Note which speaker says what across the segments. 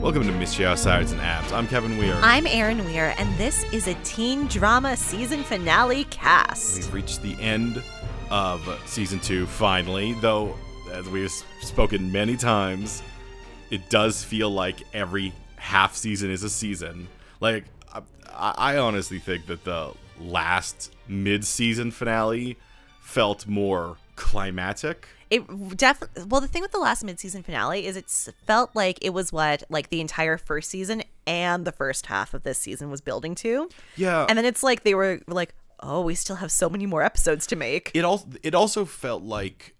Speaker 1: Welcome to Michelle Sides and Abs. I'm Kevin Weir.
Speaker 2: I'm Erin Weir, and this is a teen drama season finale cast.
Speaker 1: We've reached the end of season two, finally, though, as we've spoken many times, it does feel like every half season is a season. Like, I, I honestly think that the last mid season finale felt more climatic.
Speaker 2: It definitely. Well, the thing with the last mid-season finale is it s- felt like it was what like the entire first season and the first half of this season was building to,
Speaker 1: Yeah.
Speaker 2: and then it's like they were like, oh, we still have so many more episodes to make.
Speaker 1: it also it also felt like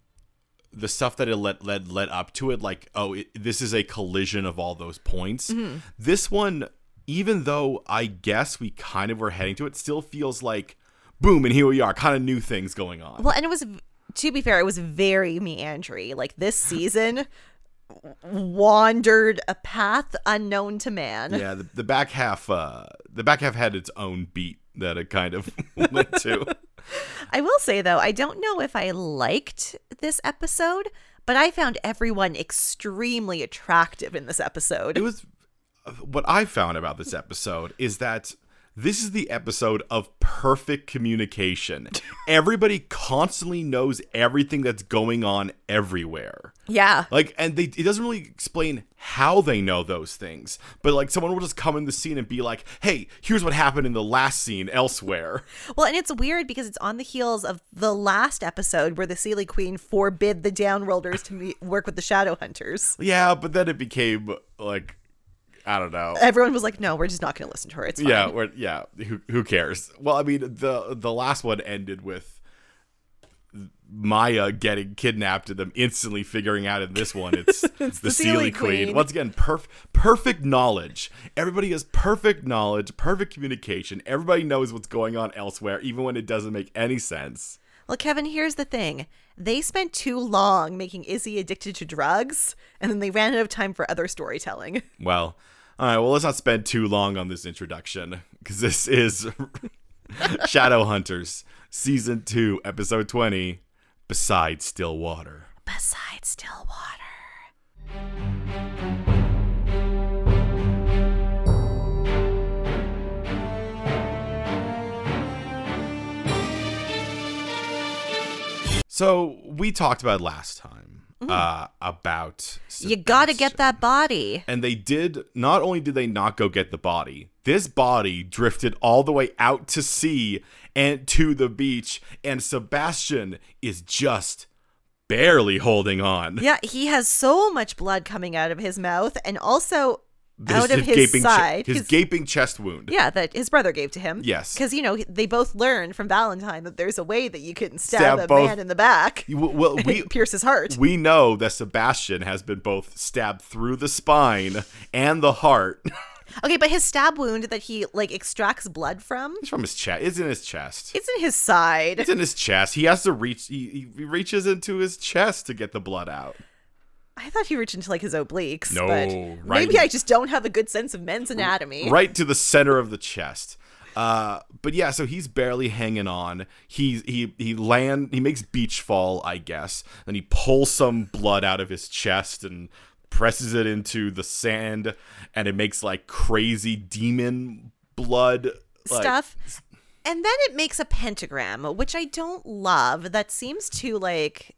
Speaker 1: the stuff that it led led led up to it like oh it, this is a collision of all those points this one even though i guess we kind of were heading to it still feels like boom and here we are kind of new things going on
Speaker 2: Well, and it was to be fair, it was very meandering. Like this season wandered a path unknown to man.
Speaker 1: yeah the, the back half uh the back half had its own beat that it kind of went to
Speaker 2: I will say though, I don't know if I liked this episode, but I found everyone extremely attractive in this episode.
Speaker 1: it was what I found about this episode is that this is the episode of perfect communication. Everybody constantly knows everything that's going on everywhere.
Speaker 2: yeah.
Speaker 1: Like, and they it doesn't really explain how they know those things, but like someone will just come in the scene and be like, "Hey, here's what happened in the last scene elsewhere."
Speaker 2: Well, and it's weird because it's on the heels of the last episode where the Sealy Queen forbid the Downworlders to meet, work with the Shadowhunters.
Speaker 1: Yeah, but then it became like, I don't know.
Speaker 2: Everyone was like, "No, we're just not going to listen to her." It's fine.
Speaker 1: Yeah, we're, yeah. Who, who cares? Well, I mean, the the last one ended with Maya getting kidnapped and them instantly figuring out. In this one, it's, the, Sealy
Speaker 2: Sealy
Speaker 1: Queen.
Speaker 2: Queen.
Speaker 1: Once again, perf- perfect knowledge. Everybody has perfect knowledge, perfect communication. Everybody knows what's going on elsewhere, even when it doesn't make any sense.
Speaker 2: Well, Kevin, here's the thing. They spent too long making Izzy addicted to drugs, and then they ran out of time for other storytelling.
Speaker 1: Well, all right. Well, let's not spend too long on this introduction because this is Shadow Hunters season two, episode twenty. Beside still water.
Speaker 2: Besides Stillwater.
Speaker 1: So we talked about last time uh, about
Speaker 2: Mm-hmm. You gotta
Speaker 1: Sebastian.
Speaker 2: get that body.
Speaker 1: and they did. Not only did they not go get the body, this body drifted all the way out to sea and to the beach, and Sebastian is just barely holding on.
Speaker 2: Yeah, he has so much blood coming out of his mouth and also
Speaker 1: This-
Speaker 2: out of his
Speaker 1: gaping che-
Speaker 2: side.
Speaker 1: his
Speaker 2: 'cause-
Speaker 1: gaping chest wound.
Speaker 2: yeah, that his brother gave to him.
Speaker 1: Yes.
Speaker 2: Because, you know, he- they both learned from Valentine that there's a way that you can
Speaker 1: Stab
Speaker 2: stab, a
Speaker 1: both-
Speaker 2: man in the back,
Speaker 1: You- Well, we
Speaker 2: pierce his heart.
Speaker 1: we know that Sebastian has been both stabbed through the spine and the heart.
Speaker 2: okay, but his stab wound that he, like, extracts blood from,
Speaker 1: It's from his chest. It's in his chest.
Speaker 2: it's in his side.
Speaker 1: It's in his chest. He has to reach. He, he reaches into his chest to get the blood out.
Speaker 2: I thought he reached into like his obliques.
Speaker 1: No,
Speaker 2: but
Speaker 1: right-
Speaker 2: Maybe I just don't have a good sense of men's anatomy.
Speaker 1: Right to the center of the chest. Uh, but yeah, so he's barely hanging on. He he he land. He makes beach fall, I guess. Then he pulls some blood out of his chest and presses it into the sand, and it makes like crazy demon blood like-
Speaker 2: Stuff. And then it makes a pentagram, which I don't love. That seems too like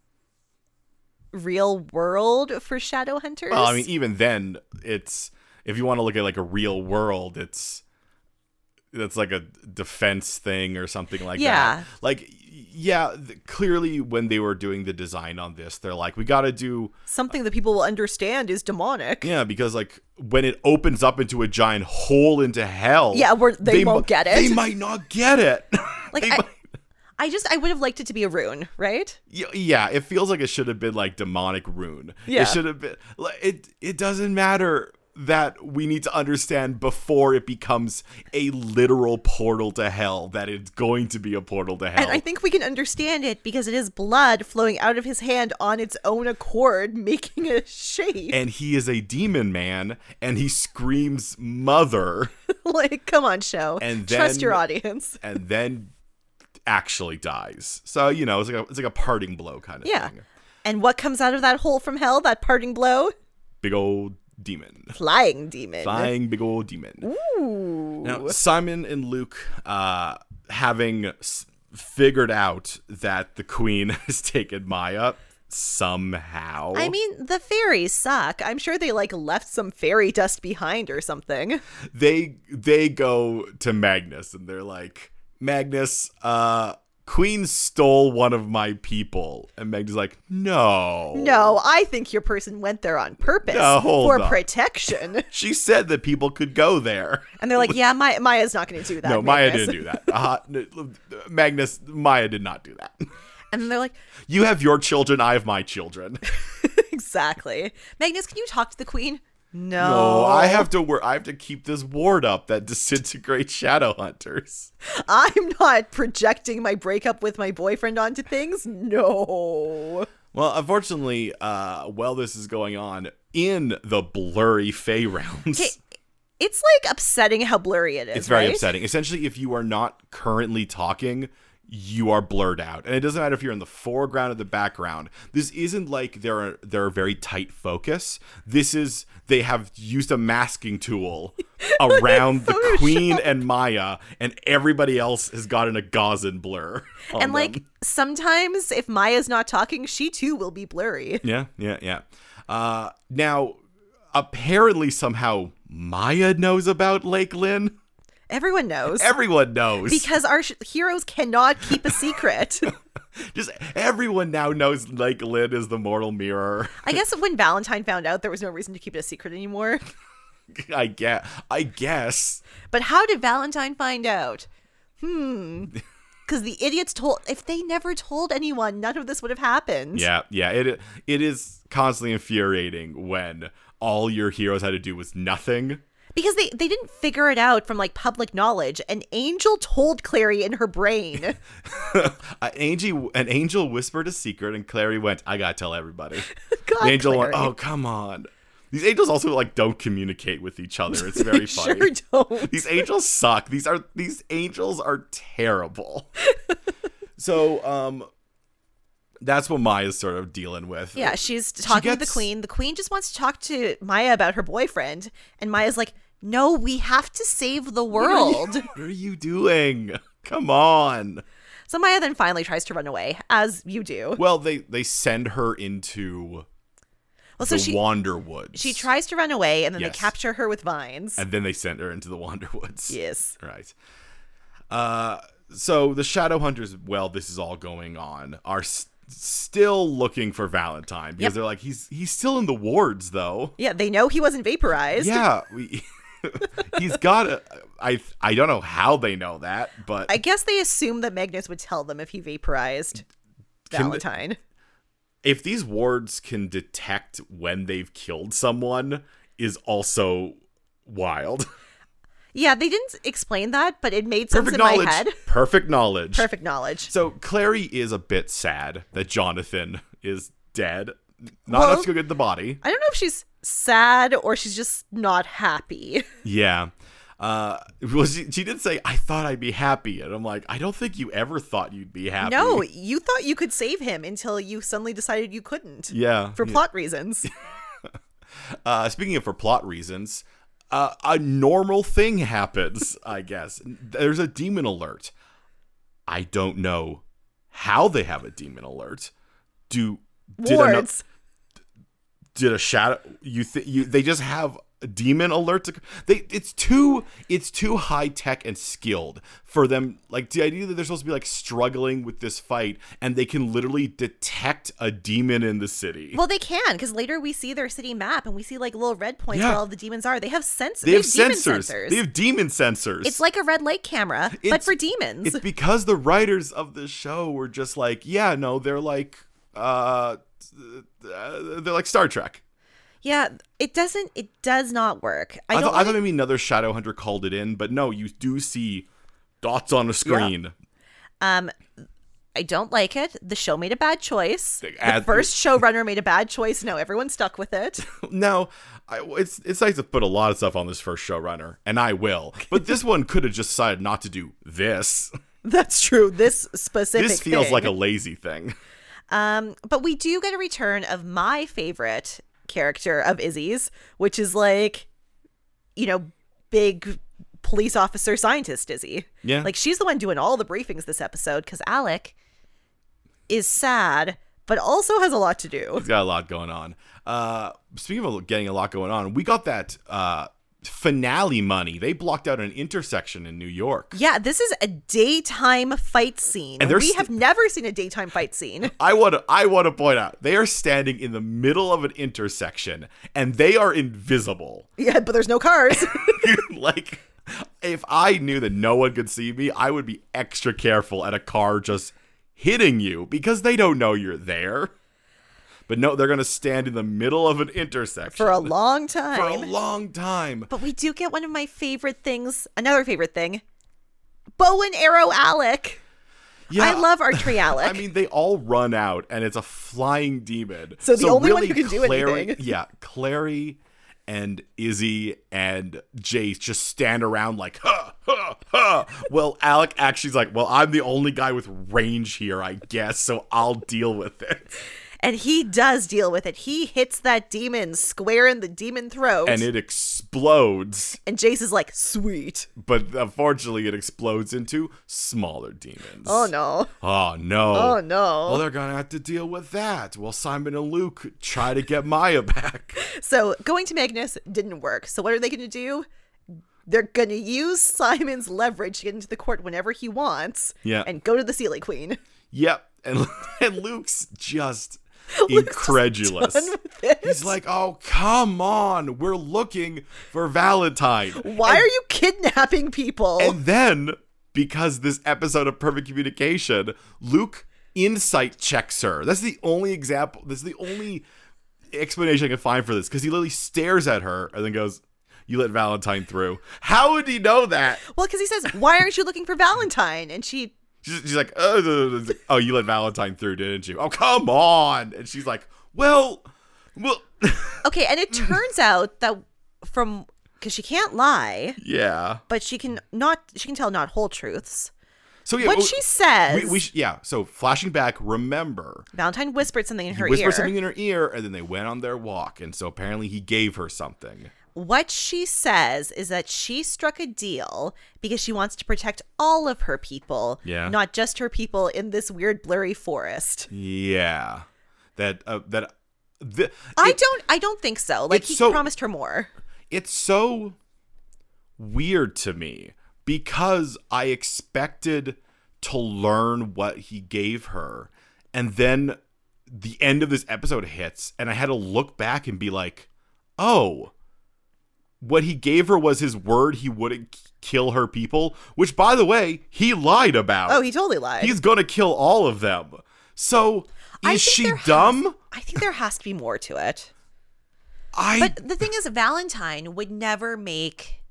Speaker 2: real world for shadow hunters.
Speaker 1: Well, I mean, e even then, it's if you want to look at like a real world, it's that's like a defense thing or something like
Speaker 2: Yeah.
Speaker 1: that. Like, yeah, th- clearly when they were doing the design on this, they're like, we got to do
Speaker 2: something that people will understand is demonic.
Speaker 1: yeah, because like when it opens up into a giant hole into hell,
Speaker 2: Yeah, we're- they
Speaker 1: mi-
Speaker 2: won't get it.
Speaker 1: They might not get it.
Speaker 2: Like
Speaker 1: They
Speaker 2: I,
Speaker 1: might-
Speaker 2: I just I would have liked it to be a rune, right?
Speaker 1: Y- yeah it feels like it should have been like demonic rune
Speaker 2: Yeah.
Speaker 1: it should have been like it it doesn't matter that we need to understand before it becomes a literal portal to hell that it's going to be a portal to hell
Speaker 2: And I think we can understand it because it is blood flowing out of his hand on its own accord, making a shape.
Speaker 1: and he is a demon man and he screams mother
Speaker 2: like, come on, show.
Speaker 1: And
Speaker 2: Trust
Speaker 1: then-
Speaker 2: your audience.
Speaker 1: and then actually dies so you know it's like a, it's like a parting blow kind of
Speaker 2: Yeah.
Speaker 1: thing
Speaker 2: And what comes out of that hole from hell, that parting blow?
Speaker 1: big old demon.
Speaker 2: Flying demon.
Speaker 1: Flying big old demon.
Speaker 2: Ooh.
Speaker 1: Now, Simon and Luke, uh, having s- figured out that the queen has taken Maya somehow.
Speaker 2: I mean, the fairies suck. I'm sure they like left some fairy dust behind or something.
Speaker 1: they they go to Magnus and they're like, Magnus, uh, Queen stole one of my people, and Magnus is like, no,
Speaker 2: No, I think your person went there on purpose
Speaker 1: No, hold
Speaker 2: for
Speaker 1: on.
Speaker 2: protection.
Speaker 1: She said that people could go there.
Speaker 2: And they're like, yeah, Maya, Maya's not going to do that.
Speaker 1: no, Maya
Speaker 2: Magnus."
Speaker 1: didn't do that. Uh, n- Magnus, Maya did not do that.
Speaker 2: And they're like,
Speaker 1: You have your children, I have my children.
Speaker 2: exactly. Magnus, can you talk to the queen? No,
Speaker 1: No, I have to work. I have to keep this ward up that disintegrates shadow hunters.
Speaker 2: I'm not projecting my breakup with my boyfriend onto things. No.
Speaker 1: Well, unfortunately, uh, while this is going on in the blurry Fey realms,
Speaker 2: Okay, it's like upsetting how blurry it is.
Speaker 1: it's very
Speaker 2: right?
Speaker 1: upsetting. Essentially, if you are not currently talking, you are blurred out, and it doesn't matter if you're in the foreground or the background. This isn't like they're they're very tight focus. This is they have used a masking tool around the
Speaker 2: Photoshop.
Speaker 1: queen and Maya, and everybody else has gotten a Gaussian blur. on
Speaker 2: And like
Speaker 1: them.
Speaker 2: sometimes if Maya's not talking, she too will be blurry.
Speaker 1: Yeah, yeah, yeah. Uh, now, apparently, somehow Maya knows about Lake Lynn.
Speaker 2: Everyone knows.
Speaker 1: Everyone knows.
Speaker 2: because our sh- heroes cannot keep a secret.
Speaker 1: Just everyone now knows Lake Lynn is the mortal mirror.
Speaker 2: I guess when Valentine found out, there was no reason to keep it a secret anymore.
Speaker 1: I get. I guess.
Speaker 2: But how did Valentine find out? Hmm. Because the idiots told. If they never told anyone, none of this would have happened.
Speaker 1: Yeah, yeah. It it is constantly infuriating when all your heroes had to do was nothing.
Speaker 2: Because they, they didn't figure it out from like public knowledge. An angel told Clary in her brain.
Speaker 1: Uh, Angie, an angel whispered a secret, and Clary went, "I gotta tell everybody."
Speaker 2: God,
Speaker 1: the angel
Speaker 2: Clary.
Speaker 1: went, "Oh come on." These angels also like don't communicate with each other. It's very
Speaker 2: They
Speaker 1: funny.
Speaker 2: sure don't.
Speaker 1: These angels suck. These are these angels are terrible. so um that's what Maya's sort of dealing with.
Speaker 2: Yeah, she's talking to
Speaker 1: gets-
Speaker 2: the queen. The queen just wants to talk to Maya about her boyfriend. And Maya's like, no, we have to save the world.
Speaker 1: What are you doing? Come on.
Speaker 2: so Maya then finally tries to run away, as you do.
Speaker 1: Well, they they send her into
Speaker 2: Well, so
Speaker 1: the
Speaker 2: she,
Speaker 1: Wander Woods.
Speaker 2: she tries to run away and then
Speaker 1: Yes.
Speaker 2: they capture her with vines.
Speaker 1: and then they send her into the Wander Woods.
Speaker 2: yes.
Speaker 1: Right. Uh, so the Shadow Hunters, well, this is all going on, are s- still looking for Valentine because
Speaker 2: Yep.
Speaker 1: they're like, he's he's still in the wards though.
Speaker 2: Yeah, they know he wasn't vaporized.
Speaker 1: Yeah, we, he's got a. I I don't know how they know that, but
Speaker 2: I guess they assumed that Magnus would tell them if he vaporized
Speaker 1: Can-
Speaker 2: Valentine.
Speaker 1: if these wards can detect when they've killed someone, is also wild.
Speaker 2: Yeah, they didn't explain that, but it made sense
Speaker 1: Perfect
Speaker 2: in
Speaker 1: knowledge.
Speaker 2: my head.
Speaker 1: Perfect knowledge.
Speaker 2: Perfect knowledge.
Speaker 1: So Clary is a bit sad that Jonathan is dead. Not enough
Speaker 2: Well-
Speaker 1: to go get the body.
Speaker 2: I don't know if she's sad or she's just not happy.
Speaker 1: Yeah. Uh, well, she, she did say, I thought I'd be happy. And I'm like, I don't think you ever thought you'd be happy.
Speaker 2: No, you thought you could save him until you suddenly decided you couldn't.
Speaker 1: Yeah.
Speaker 2: For plot reasons.
Speaker 1: Uh, speaking of for plot reasons, uh, a normal thing happens, I guess. There's a demon alert. I don't know how they have a demon alert. Do did ano-
Speaker 2: Wards.
Speaker 1: did a shadow you think you they just have a demon alert to, they it's too it's too high tech and skilled for them like the idea that they're supposed to be like struggling with this fight and they can literally detect a demon in the city
Speaker 2: Well, they can because later we see their city map and we see like little red points
Speaker 1: Yeah.
Speaker 2: where all the demons are. They have sensors.
Speaker 1: they have
Speaker 2: demon
Speaker 1: sensors. they have demon sensors
Speaker 2: it's like a red light camera, but
Speaker 1: It's-
Speaker 2: for demons.
Speaker 1: it's because the writers of the show were just like yeah no they're like uh uh, they're like Star Trek.
Speaker 2: Yeah, it doesn't. It does not work.
Speaker 1: I,
Speaker 2: I, don't.
Speaker 1: thought, I
Speaker 2: like-
Speaker 1: thought maybe another Shadowhunter called it in, but no, you do see dots on a screen.
Speaker 2: um, I don't like it. The show made a bad choice.
Speaker 1: They
Speaker 2: The
Speaker 1: add-
Speaker 2: first showrunner made a bad choice. Now everyone's stuck with it.
Speaker 1: Now, I, it's it's nice to put a lot of stuff on this first showrunner, and I will. But this one could have just decided not to do this.
Speaker 2: That's true. This specific.
Speaker 1: This feels
Speaker 2: thing.
Speaker 1: like a lazy thing.
Speaker 2: Um, but we do get a return of my favorite character of Izzy's, which is like, you know, big police officer scientist Izzy.
Speaker 1: Yeah.
Speaker 2: Like she's the one doing all the briefings this episode because Alec is sad, but also has a lot to do.
Speaker 1: He's got a lot going on. Uh, speaking of getting a lot going on, we got that uh, finale money. They blocked out an intersection in New York.
Speaker 2: Yeah, this is a daytime fight scene.
Speaker 1: And they're
Speaker 2: we
Speaker 1: st-
Speaker 2: have never seen a daytime fight scene.
Speaker 1: I want to I want to point out they are standing in the middle of an intersection and they are invisible.
Speaker 2: Yeah, but there's no cars.
Speaker 1: like if I knew that no one could see me, I would be extra careful at a car just hitting you because they don't know you're there. But no, they're going to stand in the middle of an intersection
Speaker 2: for a long
Speaker 1: for a
Speaker 2: time.
Speaker 1: long time.
Speaker 2: but we do get one of my favorite things, another favorite thing. Bow and arrow Alec.
Speaker 1: Yeah.
Speaker 2: I love archery Alec.
Speaker 1: I mean, they all run out, and it's a flying demon.
Speaker 2: So the only one who can do
Speaker 1: Clary,
Speaker 2: anything.
Speaker 1: Yeah, Clary and Izzy and Jace just stand around like, huh, huh, huh. Well, Alec actually's like, well, I'm the only guy with range here, I guess, so I'll deal with it.
Speaker 2: and he does deal with it. He hits that demon square in the demon throat.
Speaker 1: And it explodes,
Speaker 2: and Jace is like, sweet.
Speaker 1: but unfortunately, it explodes into smaller demons.
Speaker 2: Oh no.
Speaker 1: Oh no.
Speaker 2: Oh no.
Speaker 1: Well, they're gonna have to deal with that. Well, Simon and Luke try to get Maya back.
Speaker 2: So going to Magnus didn't work. So what are they going to do? They're going to use Simon's leverage to get into the court whenever he wants.
Speaker 1: Yeah.
Speaker 2: And go to the Sealy Queen.
Speaker 1: Yep. And and Luke's just incredulous.
Speaker 2: Done with it.
Speaker 1: He's like, "Oh, come on. We're looking for Valentine."
Speaker 2: Why are you kidnapping people?
Speaker 1: And then because this episode of Perfect Communication, Luke insight checks her. That's the only example. That's the only explanation I can find for this cuz he literally stares at her and then goes, "You let Valentine through." How would he know that?
Speaker 2: well, because he says, "Why aren't you looking for Valentine?" And she,
Speaker 1: She's, she's like, oh, oh, you let Valentine through, didn't you? Oh, come on. And she's like, well, well,
Speaker 2: okay. And
Speaker 1: Mm.
Speaker 2: it turns out that from because she can't lie,
Speaker 1: yeah.
Speaker 2: but she can not. She can tell not whole truths.
Speaker 1: So yeah,
Speaker 2: What
Speaker 1: well,
Speaker 2: she says,
Speaker 1: we, we sh- yeah. So flashing back, remember,
Speaker 2: Valentine whispered something in her
Speaker 1: whisper
Speaker 2: ear.
Speaker 1: something in her ear, and then they went on their walk, and so apparently he gave her something.
Speaker 2: What she says is that she struck a deal because she wants to protect all of her people,
Speaker 1: Yeah.
Speaker 2: not just her people in this weird blurry forest.
Speaker 1: Yeah, that uh, that th-
Speaker 2: I don't I don't think so. Like
Speaker 1: it's
Speaker 2: he
Speaker 1: so-
Speaker 2: promised her more.
Speaker 1: it's so weird to me because I expected to learn what he gave her. And then the end of this episode hits, and I had to look back and be like, oh, what he gave her was his word he wouldn't k- kill her people, which, by the way, he lied about.
Speaker 2: Oh, he totally lied.
Speaker 1: He's going to kill all of them. So
Speaker 2: I
Speaker 1: is
Speaker 2: think
Speaker 1: she
Speaker 2: there has-
Speaker 1: dumb?
Speaker 2: I think there has to be more to it.
Speaker 1: I
Speaker 2: But the thing is Valentine would never make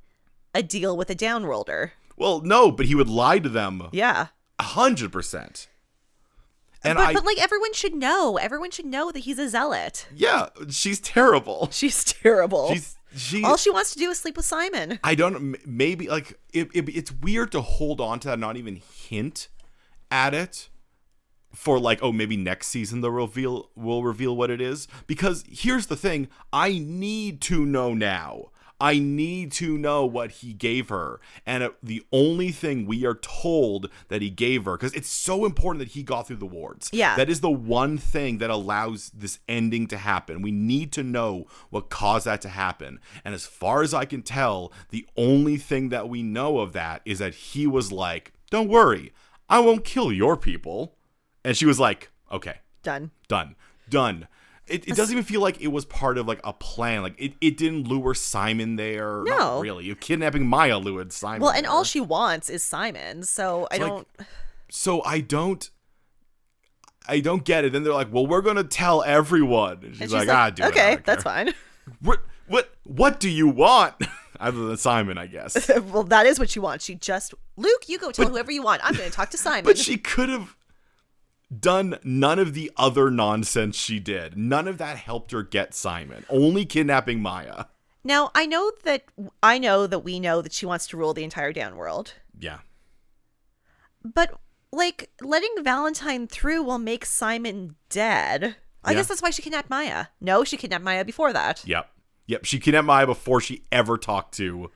Speaker 2: a deal with a downworlder.
Speaker 1: well, no, but he would lie to them
Speaker 2: Yeah.
Speaker 1: a hundred percent. And
Speaker 2: but,
Speaker 1: I,
Speaker 2: but like everyone should know. Everyone should know that he's a zealot.
Speaker 1: yeah, she's terrible.
Speaker 2: She's terrible.
Speaker 1: She's she.
Speaker 2: All she wants to do is sleep with Simon.
Speaker 1: I don't. m- Maybe like it, it, it's weird to hold on to that, and not even hint at it for like, oh, maybe next season they'll reveal will reveal what it is. Because here's the thing: I need to know now. I need to know what he gave her, and it, the only thing we are told that he gave her, because it's so important that he got through the wards.
Speaker 2: Yeah.
Speaker 1: that is the one thing that allows this ending to happen. We need to know what caused that to happen. And as far as I can tell, the only thing that we know of that is that he was like, Don't worry, I won't kill your people. And she was like, Okay,
Speaker 2: Done.
Speaker 1: done, done. It, it doesn't even feel like it was part of like a plan. Like it, it didn't lure Simon there. Not
Speaker 2: No.
Speaker 1: really. You're kidnapping Maya lured Simon.
Speaker 2: Well, and
Speaker 1: there.
Speaker 2: all she wants is Simon, so I
Speaker 1: So, like,
Speaker 2: don't.
Speaker 1: so I don't I don't get it. Then they're like, "Well, we're gonna tell everyone." And she's,
Speaker 2: and she's
Speaker 1: like, "Ah, do it, I
Speaker 2: okay,
Speaker 1: don't
Speaker 2: that's
Speaker 1: care."
Speaker 2: fine.
Speaker 1: What what what do you want? Other than Simon, I guess.
Speaker 2: well, that is what she wants. She just Luke, you go tell whoever you want. I'm going to talk to Simon.
Speaker 1: But she could have done none of the other nonsense she did. None of that helped her get Simon. Only kidnapping Maya.
Speaker 2: now I know that I know that we know that she wants to rule the entire down world,
Speaker 1: Yeah.
Speaker 2: but like letting Valentine through will make Simon dead. I
Speaker 1: Yeah.
Speaker 2: guess that's why she kidnapped Maya. No, she kidnapped Maya before that.
Speaker 1: Yep. Yep. She kidnapped Maya before she ever talked to.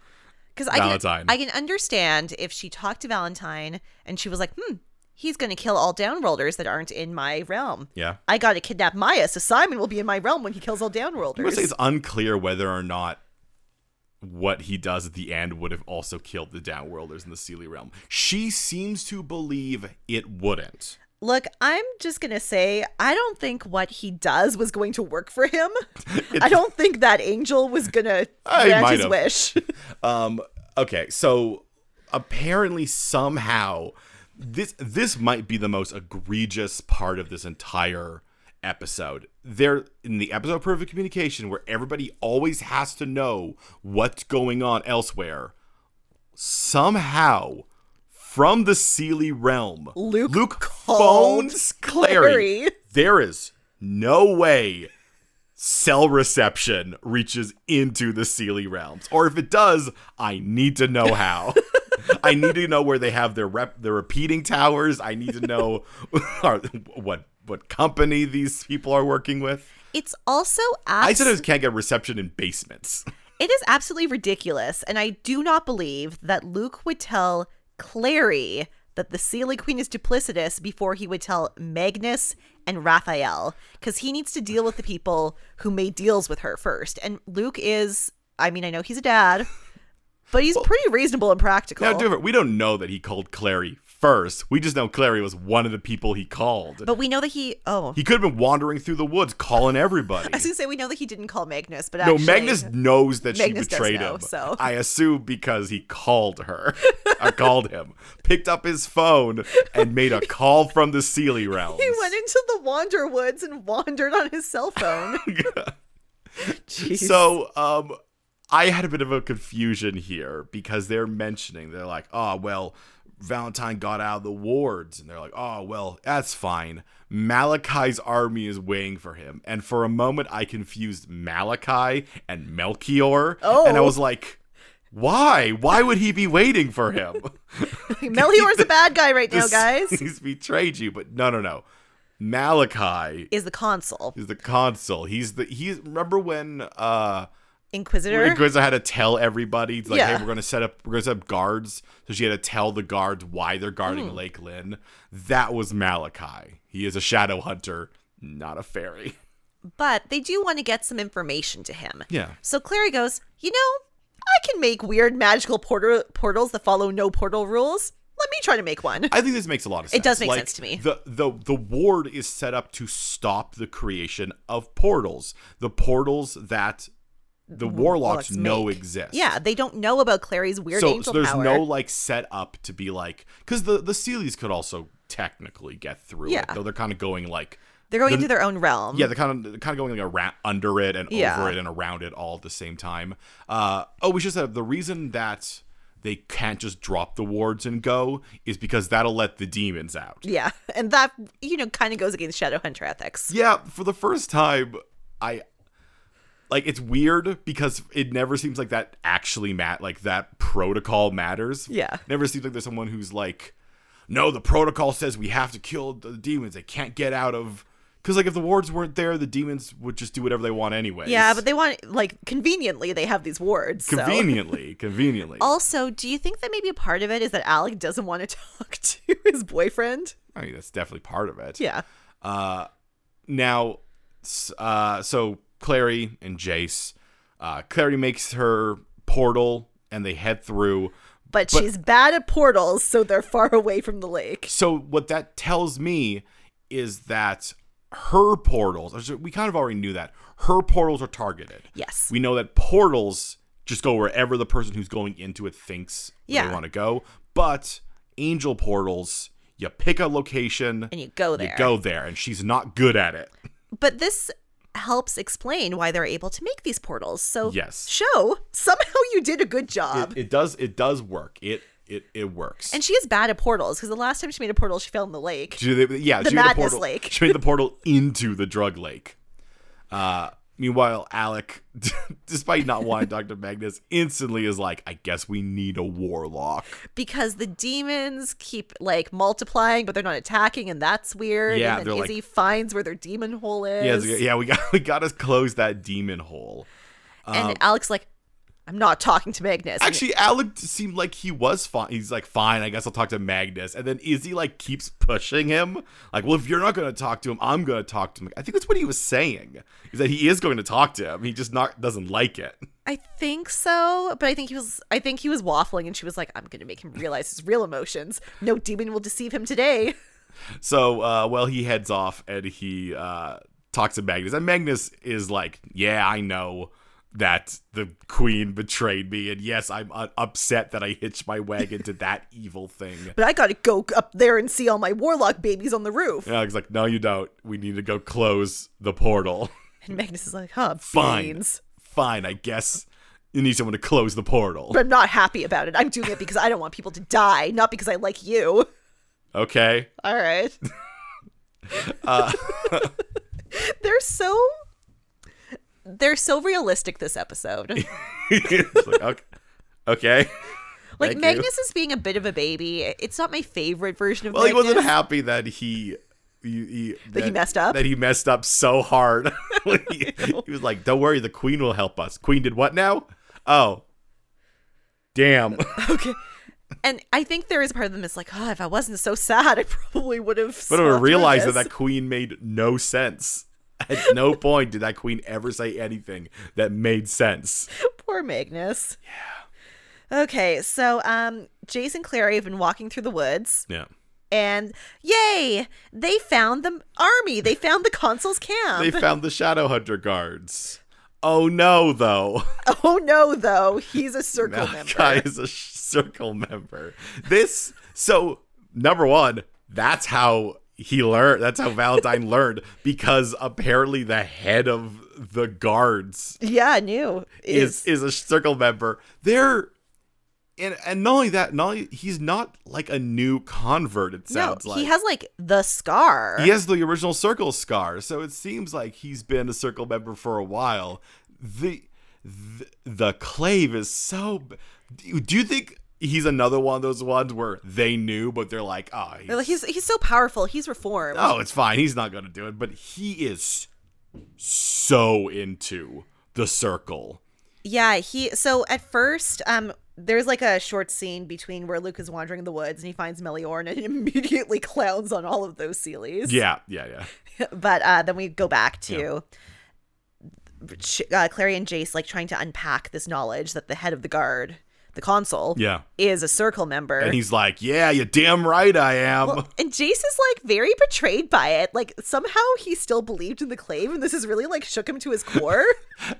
Speaker 2: Because I can,
Speaker 1: Valentine.
Speaker 2: I can understand if she talked to Valentine and she was like, hmm, he's going to kill all downworlders that aren't in my realm.
Speaker 1: Yeah.
Speaker 2: I got to kidnap Maya, so Simon will be in my realm when he kills all
Speaker 1: I'm gonna say
Speaker 2: downworlders.
Speaker 1: it's unclear whether or not what he does at the end would have also killed the downworlders in the Sealy realm. She seems to believe it wouldn't.
Speaker 2: Look, I'm just going to say, I don't think what he does was going to work for him. I don't think that angel was going to
Speaker 1: I
Speaker 2: grant
Speaker 1: might
Speaker 2: his
Speaker 1: have.
Speaker 2: wish.
Speaker 1: Um okay, so apparently somehow this this might be the most egregious part of this entire episode. There in the episode proof of communication where everybody always has to know what's going on elsewhere. Somehow from the Sealy realm,
Speaker 2: Luke called
Speaker 1: phones Clary.
Speaker 2: Clary.
Speaker 1: There is no way cell reception reaches into the Sealy realms. Or if it does, I need to know how. I need to know where they have their rep their repeating towers. I need to know are- what what company these people are working with.
Speaker 2: It's also
Speaker 1: I
Speaker 2: abs-
Speaker 1: sometimes can't get reception in basements.
Speaker 2: it is absolutely ridiculous, and I do not believe that Luke would tell Clary that the Sealy Queen is duplicitous before he would tell Magnus and Raphael, because he needs to deal with the people who made deals with her first. And Luke is, I mean, I know he's a dad, but he's pretty reasonable and practical.
Speaker 1: Now, different. We don't know that he called Clary first. We just know Clary was one of the people he called.
Speaker 2: but we know that he. Oh,
Speaker 1: he could have been wandering through the woods calling everybody.
Speaker 2: I was gonna say we know that he didn't call Magnus, but
Speaker 1: No,
Speaker 2: actually,
Speaker 1: Magnus knows that
Speaker 2: Magnus
Speaker 1: she
Speaker 2: does
Speaker 1: betrayed
Speaker 2: know,
Speaker 1: him.
Speaker 2: so.
Speaker 1: I assume because he called her, or called him, picked up his phone, and made a call from the Sealy realms.
Speaker 2: He went into the Wander Woods and wandered on his cell phone. Jeez.
Speaker 1: So, um, I had a bit of a confusion here because they're mentioning they're like, oh well, Valentine got out of the wards, and they're like, oh well, that's fine. Malachi's army is waiting for him, and for a moment I confused Malachi and Melchior, and I
Speaker 2: Oh.
Speaker 1: was like. Why? Why would he be waiting for him?
Speaker 2: Melchior's a bad guy right now,
Speaker 1: This-
Speaker 2: guys.
Speaker 1: He's betrayed you, but no, no, no. Malachi
Speaker 2: Is the consul
Speaker 1: is the consul. He's the he's remember when uh
Speaker 2: inquisitor?
Speaker 1: Inquisitor had to tell everybody like,
Speaker 2: Yeah.
Speaker 1: hey, we're gonna set up we're gonna set up guards. So she had to tell the guards why they're guarding
Speaker 2: Mm-hmm.
Speaker 1: Lake Lynn. That was Malachi. He is a shadow hunter, not a fairy.
Speaker 2: but they do want to get some information to him.
Speaker 1: Yeah.
Speaker 2: So Clary goes, you know, I can make weird magical porter- portals that follow no portal rules. Let me try to make one.
Speaker 1: I think this makes a lot of sense.
Speaker 2: does make sense to me.
Speaker 1: The the the ward is set up to stop the creation of portals. The portals that the warlocks,
Speaker 2: warlocks
Speaker 1: know
Speaker 2: make.
Speaker 1: exist.
Speaker 2: yeah, they don't know about Clary's weird
Speaker 1: so, so
Speaker 2: angel
Speaker 1: there's
Speaker 2: power.
Speaker 1: no like set up to be like because the the Sealies could also technically get through it,
Speaker 2: Yeah.
Speaker 1: though they're kind of going like
Speaker 2: They're going
Speaker 1: the-
Speaker 2: into their own realm.
Speaker 1: yeah they're kind of they're kind of going like around under it and
Speaker 2: Yeah.
Speaker 1: over it and around it all at the same time. Uh, oh, we should say the reason that they can't just drop the wards and go is because that'll let the demons out.
Speaker 2: Yeah, and that you know kind of goes against Shadowhunter ethics.
Speaker 1: Yeah, for the first time, I like it's weird because it never seems like that actually mat like that protocol matters.
Speaker 2: Yeah.
Speaker 1: never seems like there's someone who's like, no, the protocol says we have to kill the demons. They can't get out of because like if the wards weren't there, the demons would just do whatever they want anyway.
Speaker 2: Yeah, but they want like conveniently they have these wards. so-
Speaker 1: conveniently, conveniently.
Speaker 2: Also, do you think that maybe a part of it is that Alec doesn't want to talk to his boyfriend?
Speaker 1: I mean, that's definitely part of it.
Speaker 2: Yeah.
Speaker 1: Uh, now, s- uh, so Clary and Jace, uh, Clary makes her portal and they head through.
Speaker 2: But, she's bad at portals, so they're far away from the lake.
Speaker 1: So what that tells me is that her portals, as we kind of already knew that her portals are targeted.
Speaker 2: Yes.
Speaker 1: We know that portals just go wherever the person who's going into it thinks
Speaker 2: Yeah.
Speaker 1: they want to go. But angel portals, you pick a location
Speaker 2: and you go
Speaker 1: you
Speaker 2: there.
Speaker 1: go there, and she's not good at it.
Speaker 2: But this helps explain why they're able to make these portals. So
Speaker 1: Yes.
Speaker 2: show somehow you did a good job.
Speaker 1: it, it does it does work. It it it works.
Speaker 2: Uh, and she is bad at portals because the last time she made a portal, she fell in the lake.
Speaker 1: she, did- yeah,
Speaker 2: The
Speaker 1: she made
Speaker 2: madness
Speaker 1: portal,
Speaker 2: lake.
Speaker 1: She made the portal into the drug lake. Uh, Meanwhile, Alec, despite not wanting Dr. Magnus, instantly is like, I guess we need a warlock.
Speaker 2: because the demons keep like multiplying, but they're not attacking, and that's weird.
Speaker 1: Yeah,
Speaker 2: and
Speaker 1: they're
Speaker 2: then
Speaker 1: like-
Speaker 2: Izzy finds where their demon hole is.
Speaker 1: Yeah, it's like, yeah, we got we gotta close that demon hole.
Speaker 2: And Alex like, I'm not talking to Magnus. And
Speaker 1: Um, Actually, Alec seemed like he was fine. He's like, fine, I guess I'll talk to Magnus. And then Izzy like keeps pushing him. Like, well, if you're not gonna talk to him, I'm gonna talk to him. I think that's what he was saying. Is that he is going to talk to him. He just not doesn't like it.
Speaker 2: I think so, but I think he was I think he was waffling and she was like, I'm gonna make him realize his real emotions. No demon will deceive him today.
Speaker 1: So, uh, well, he heads off and he uh, talks to Magnus. And Magnus is like, Yeah, I know that the queen betrayed me. And yes, I'm uh, upset that I hitched my wagon to that evil thing.
Speaker 2: But I gotta go up there and see all my warlock babies on the roof.
Speaker 1: And Alec's like, No, you don't. We need to go close the portal.
Speaker 2: And Magnus is like, huh,
Speaker 1: Fine.
Speaker 2: beans.
Speaker 1: Fine, I guess you need someone to close the portal.
Speaker 2: But I'm not happy about it. I'm doing it because I don't want people to die, not because I like you.
Speaker 1: Okay.
Speaker 2: All right.
Speaker 1: Uh,
Speaker 2: they're so they're so realistic this episode.
Speaker 1: It's like, okay. Okay.
Speaker 2: Like
Speaker 1: Thank you.
Speaker 2: Magnus is being a bit of a baby. It's not my favorite version of
Speaker 1: Well, he
Speaker 2: Magnus.
Speaker 1: wasn't happy that he. He, he, that,
Speaker 2: he messed up?
Speaker 1: That he messed up so hard. he, he was like, "Don't worry, the queen will help us." Queen did what now? Oh, damn!
Speaker 2: Okay. And I think there is part of them that's like, oh, if I wasn't so sad, I probably would have.
Speaker 1: But I
Speaker 2: slept
Speaker 1: realized that
Speaker 2: through
Speaker 1: that
Speaker 2: this."
Speaker 1: queen made no sense. At no point did that queen ever say anything that made sense.
Speaker 2: poor Magnus. Yeah. Okay, so um, Jason Clary have been walking through the woods,
Speaker 1: Yeah,
Speaker 2: and yay, they found the army. They found the consul's camp.
Speaker 1: they found the shadow hunter guards. Oh no, though.
Speaker 2: oh no, though he's a circle member.
Speaker 1: Malachi is a sh- circle member. This so number one, that's how he learned. That's how Valentine learned because apparently the head of the guards
Speaker 2: Yeah, new
Speaker 1: is
Speaker 2: is,
Speaker 1: is a circle member. They're and and not only that, not only, he's not like a new convert. It
Speaker 2: no.
Speaker 1: sounds like
Speaker 2: He has like the scar.
Speaker 1: he has the original circle scar, so it seems like he's been a circle member for a while. The the, the clave is so. b- Do you- do you think he's another one of those ones where they knew, but they're like, oh, he's,
Speaker 2: They're like, he's he's so powerful. He's reformed.
Speaker 1: oh, it's fine. He's not gonna do it. But he is so into the circle.
Speaker 2: Yeah, he so at first, um, there's like a short scene between where Luke is wandering the woods and he finds Meliorn and immediately clowns on all of those Sealies.
Speaker 1: Yeah, yeah, yeah.
Speaker 2: But uh then we go back to Ch- uh, Clary and Jace like trying to unpack this knowledge that the head of the guard, the consul,
Speaker 1: Yeah.
Speaker 2: is a circle member.
Speaker 1: And he's like, yeah, you're damn right I am.
Speaker 2: Well, and Jace is like very betrayed by it. Like somehow he still believed in the clave, and this has really like shook him to his core.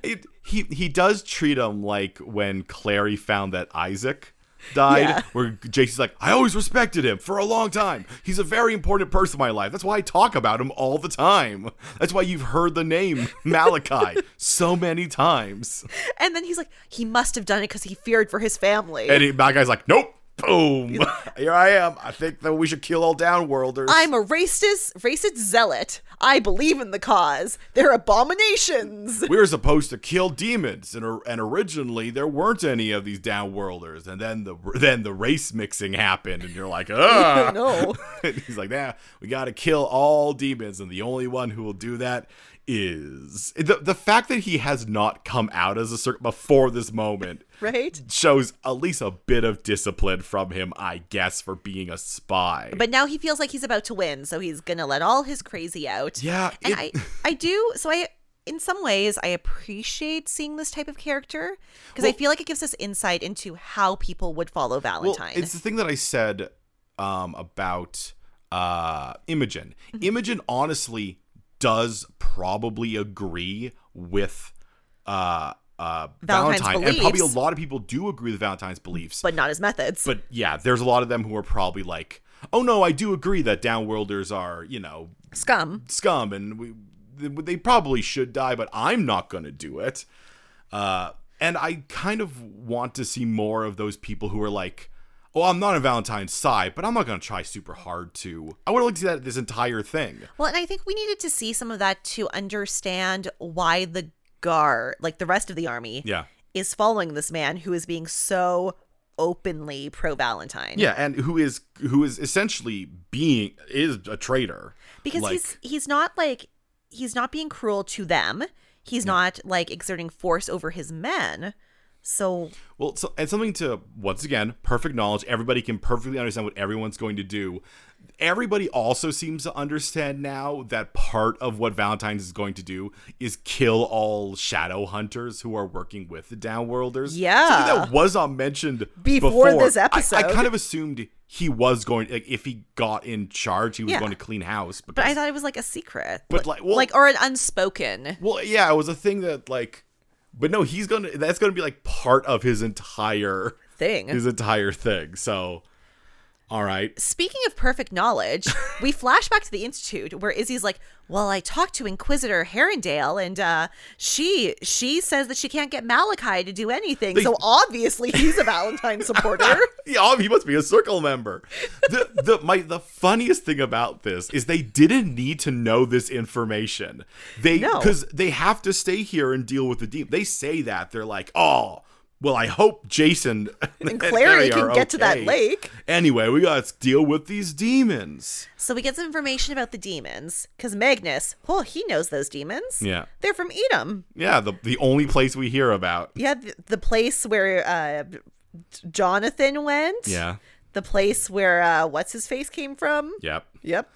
Speaker 1: it, he he does treat him like when Clary found that Isaac died,
Speaker 2: Yeah.
Speaker 1: where Jason's like, I always respected him for a long time. He's a very important person in my life. That's why I talk about him all the time. That's why you've heard the name Malachi so many times.
Speaker 2: and then he's like, he must have done it because he feared for his family.
Speaker 1: And he, Malachi's like, Nope. Boom! Here I am. I think that we should kill all downworlders.
Speaker 2: I'm a racist, racist zealot. I believe in the cause. They're abominations.
Speaker 1: we were supposed to kill demons, and, or- and originally there weren't any of these downworlders. And then the then the race mixing happened, and you're like, ah,
Speaker 2: no.
Speaker 1: And he's like, nah, we got to kill all demons, and the only one who will do that is the the fact that he has not come out as a circle before this moment
Speaker 2: Right?
Speaker 1: shows at least a bit of discipline from him, I guess, for being a spy.
Speaker 2: But now he feels like he's about to win, so he's gonna let all his crazy out.
Speaker 1: yeah,
Speaker 2: And
Speaker 1: it-
Speaker 2: I, I do so I in some ways I appreciate seeing this type of character because I
Speaker 1: Well-
Speaker 2: feel like it gives us insight into how people would follow Valentine.
Speaker 1: Well, it's the thing that I said um, about uh, Imogen.
Speaker 2: Mm-hmm.
Speaker 1: Imogen honestly does probably agree with uh, uh,
Speaker 2: Valentine's
Speaker 1: Valentine, and probably a
Speaker 2: beliefs.
Speaker 1: lot of people do agree with Valentine's beliefs.
Speaker 2: but not his methods.
Speaker 1: But yeah, there's a lot of them who are probably like, "Oh no, I do agree that downworlders are, you know,
Speaker 2: Scum.
Speaker 1: scum, and we they probably should die, but I'm not going to do it." Uh, and I kind of want to see more of those people who are like, "Oh, I'm not on Valentine's side, but I'm not going to try super hard to." I would like to see that this entire thing.
Speaker 2: Well, and I think we needed to see some of that to understand why the guard, like the rest of the army,
Speaker 1: Yeah.
Speaker 2: is following this man who is being so openly pro Valentine.
Speaker 1: Yeah, and who is who is essentially being is a traitor.
Speaker 2: because
Speaker 1: Like-
Speaker 2: he's he's not like he's not being cruel to them. He's not like exerting force over his men. So
Speaker 1: Well, so, and something to once again, perfect knowledge. Everybody can perfectly understand what everyone's going to do. Everybody also seems to understand now that part of what Valentine's is going to do is kill all shadow hunters who are working with the downworlders.
Speaker 2: Yeah.
Speaker 1: Something that was not mentioned
Speaker 2: Before this
Speaker 1: I- I,
Speaker 2: episode.
Speaker 1: kind of assumed he was going like if he got in charge, he was
Speaker 2: Yeah.
Speaker 1: going to clean house.
Speaker 2: but I
Speaker 1: because-
Speaker 2: thought it was like a secret.
Speaker 1: But, like, well-
Speaker 2: like or an unspoken.
Speaker 1: well, yeah, it was a thing that like but no, he's gonna that's gonna be like part of his entire
Speaker 2: Thing.
Speaker 1: his entire thing. So, all right.
Speaker 2: Speaking of perfect knowledge, we flash back to the institute where Izzy's like, "Well, I talked to Inquisitor Herondale, and uh, she she says that she can't get Malachi to do anything. so obviously, he's a Valentine supporter."
Speaker 1: Yeah, oh, he must be a circle member. The the my the funniest thing about this is they didn't need to know this information. They
Speaker 2: No.
Speaker 1: because they have to stay here and deal with the deep. They say that they're like, oh, well, I hope Jason and,
Speaker 2: Clary
Speaker 1: Harry
Speaker 2: can
Speaker 1: are
Speaker 2: get to that
Speaker 1: okay.
Speaker 2: lake.
Speaker 1: Anyway, we got to deal with these demons.
Speaker 2: So we get some information about the demons because Magnus, oh, he knows those demons.
Speaker 1: Yeah.
Speaker 2: they're from Edom.
Speaker 1: Yeah, the the only place we hear about.
Speaker 2: Yeah, the, the place where uh, J- Jonathan went.
Speaker 1: Yeah.
Speaker 2: the place where uh, what's his face came from.
Speaker 1: Yep.
Speaker 2: Yep.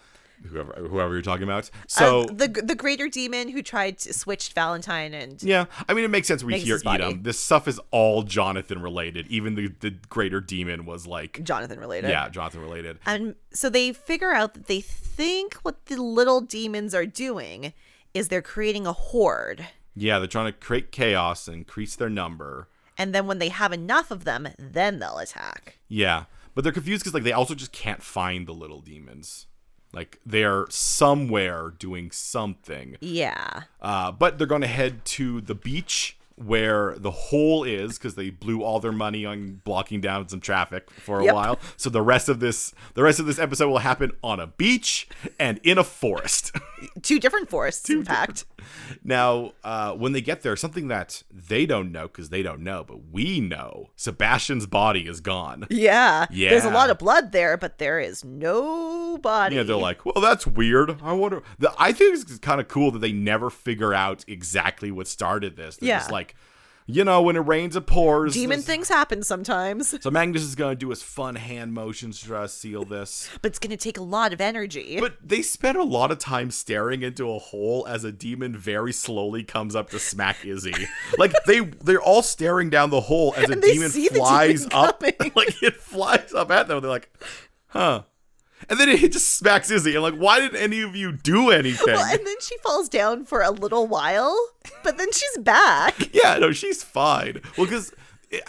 Speaker 1: Whoever whoever you're talking about. So
Speaker 2: So the the greater demon who tried to switch Valentine and
Speaker 1: Yeah, I mean, it makes sense. We
Speaker 2: Makes
Speaker 1: hear
Speaker 2: his body.
Speaker 1: Edom. This stuff is all Jonathan related. Even the the greater demon was like,
Speaker 2: Jonathan related.
Speaker 1: yeah, Jonathan related.
Speaker 2: And so they figure out that they think what the little demons are doing is they're creating a horde.
Speaker 1: Yeah, they're trying to create chaos and increase their number.
Speaker 2: And then when they have enough of them, then they'll attack.
Speaker 1: Yeah, but they're confused because like they also just can't find the little demons. Like they're somewhere doing something.
Speaker 2: Yeah.
Speaker 1: Uh, but they're going to head to the beach where the hole is because they blew all their money on blocking down some traffic for a
Speaker 2: Yep.
Speaker 1: while. So the rest of this, the rest of this episode will happen on a beach and in a forest.
Speaker 2: Two different forests, in fact.
Speaker 1: now, uh, when they get there, something that they don't know because they don't know, but we know, Sebastian's body is gone.
Speaker 2: Yeah. There's a
Speaker 1: Yeah.
Speaker 2: lot of blood there, but there is no body.
Speaker 1: Yeah, they're like, well, that's weird. I wonder. The, I think it's kind of cool that they never figure out exactly what started this. They're
Speaker 2: Yeah.
Speaker 1: just like, you know, when it rains, it pours.
Speaker 2: demon
Speaker 1: This-
Speaker 2: things happen sometimes,
Speaker 1: So Magnus is gonna do his fun hand motions to try to seal this.
Speaker 2: but it's going to take a lot of energy.
Speaker 1: But they spend a lot of time staring into a hole as a demon very slowly comes up to smack Izzy. Like they they're all staring down the hole as a
Speaker 2: And they
Speaker 1: demon
Speaker 2: see the
Speaker 1: flies
Speaker 2: demon
Speaker 1: up
Speaker 2: coming.
Speaker 1: like it flies up at them. They're like, huh. And then it just smacks Izzy. I'm like, why did any of you do anything?
Speaker 2: Well, and then she falls down for a little while, but then she's back.
Speaker 1: yeah, no, she's fine. Well, because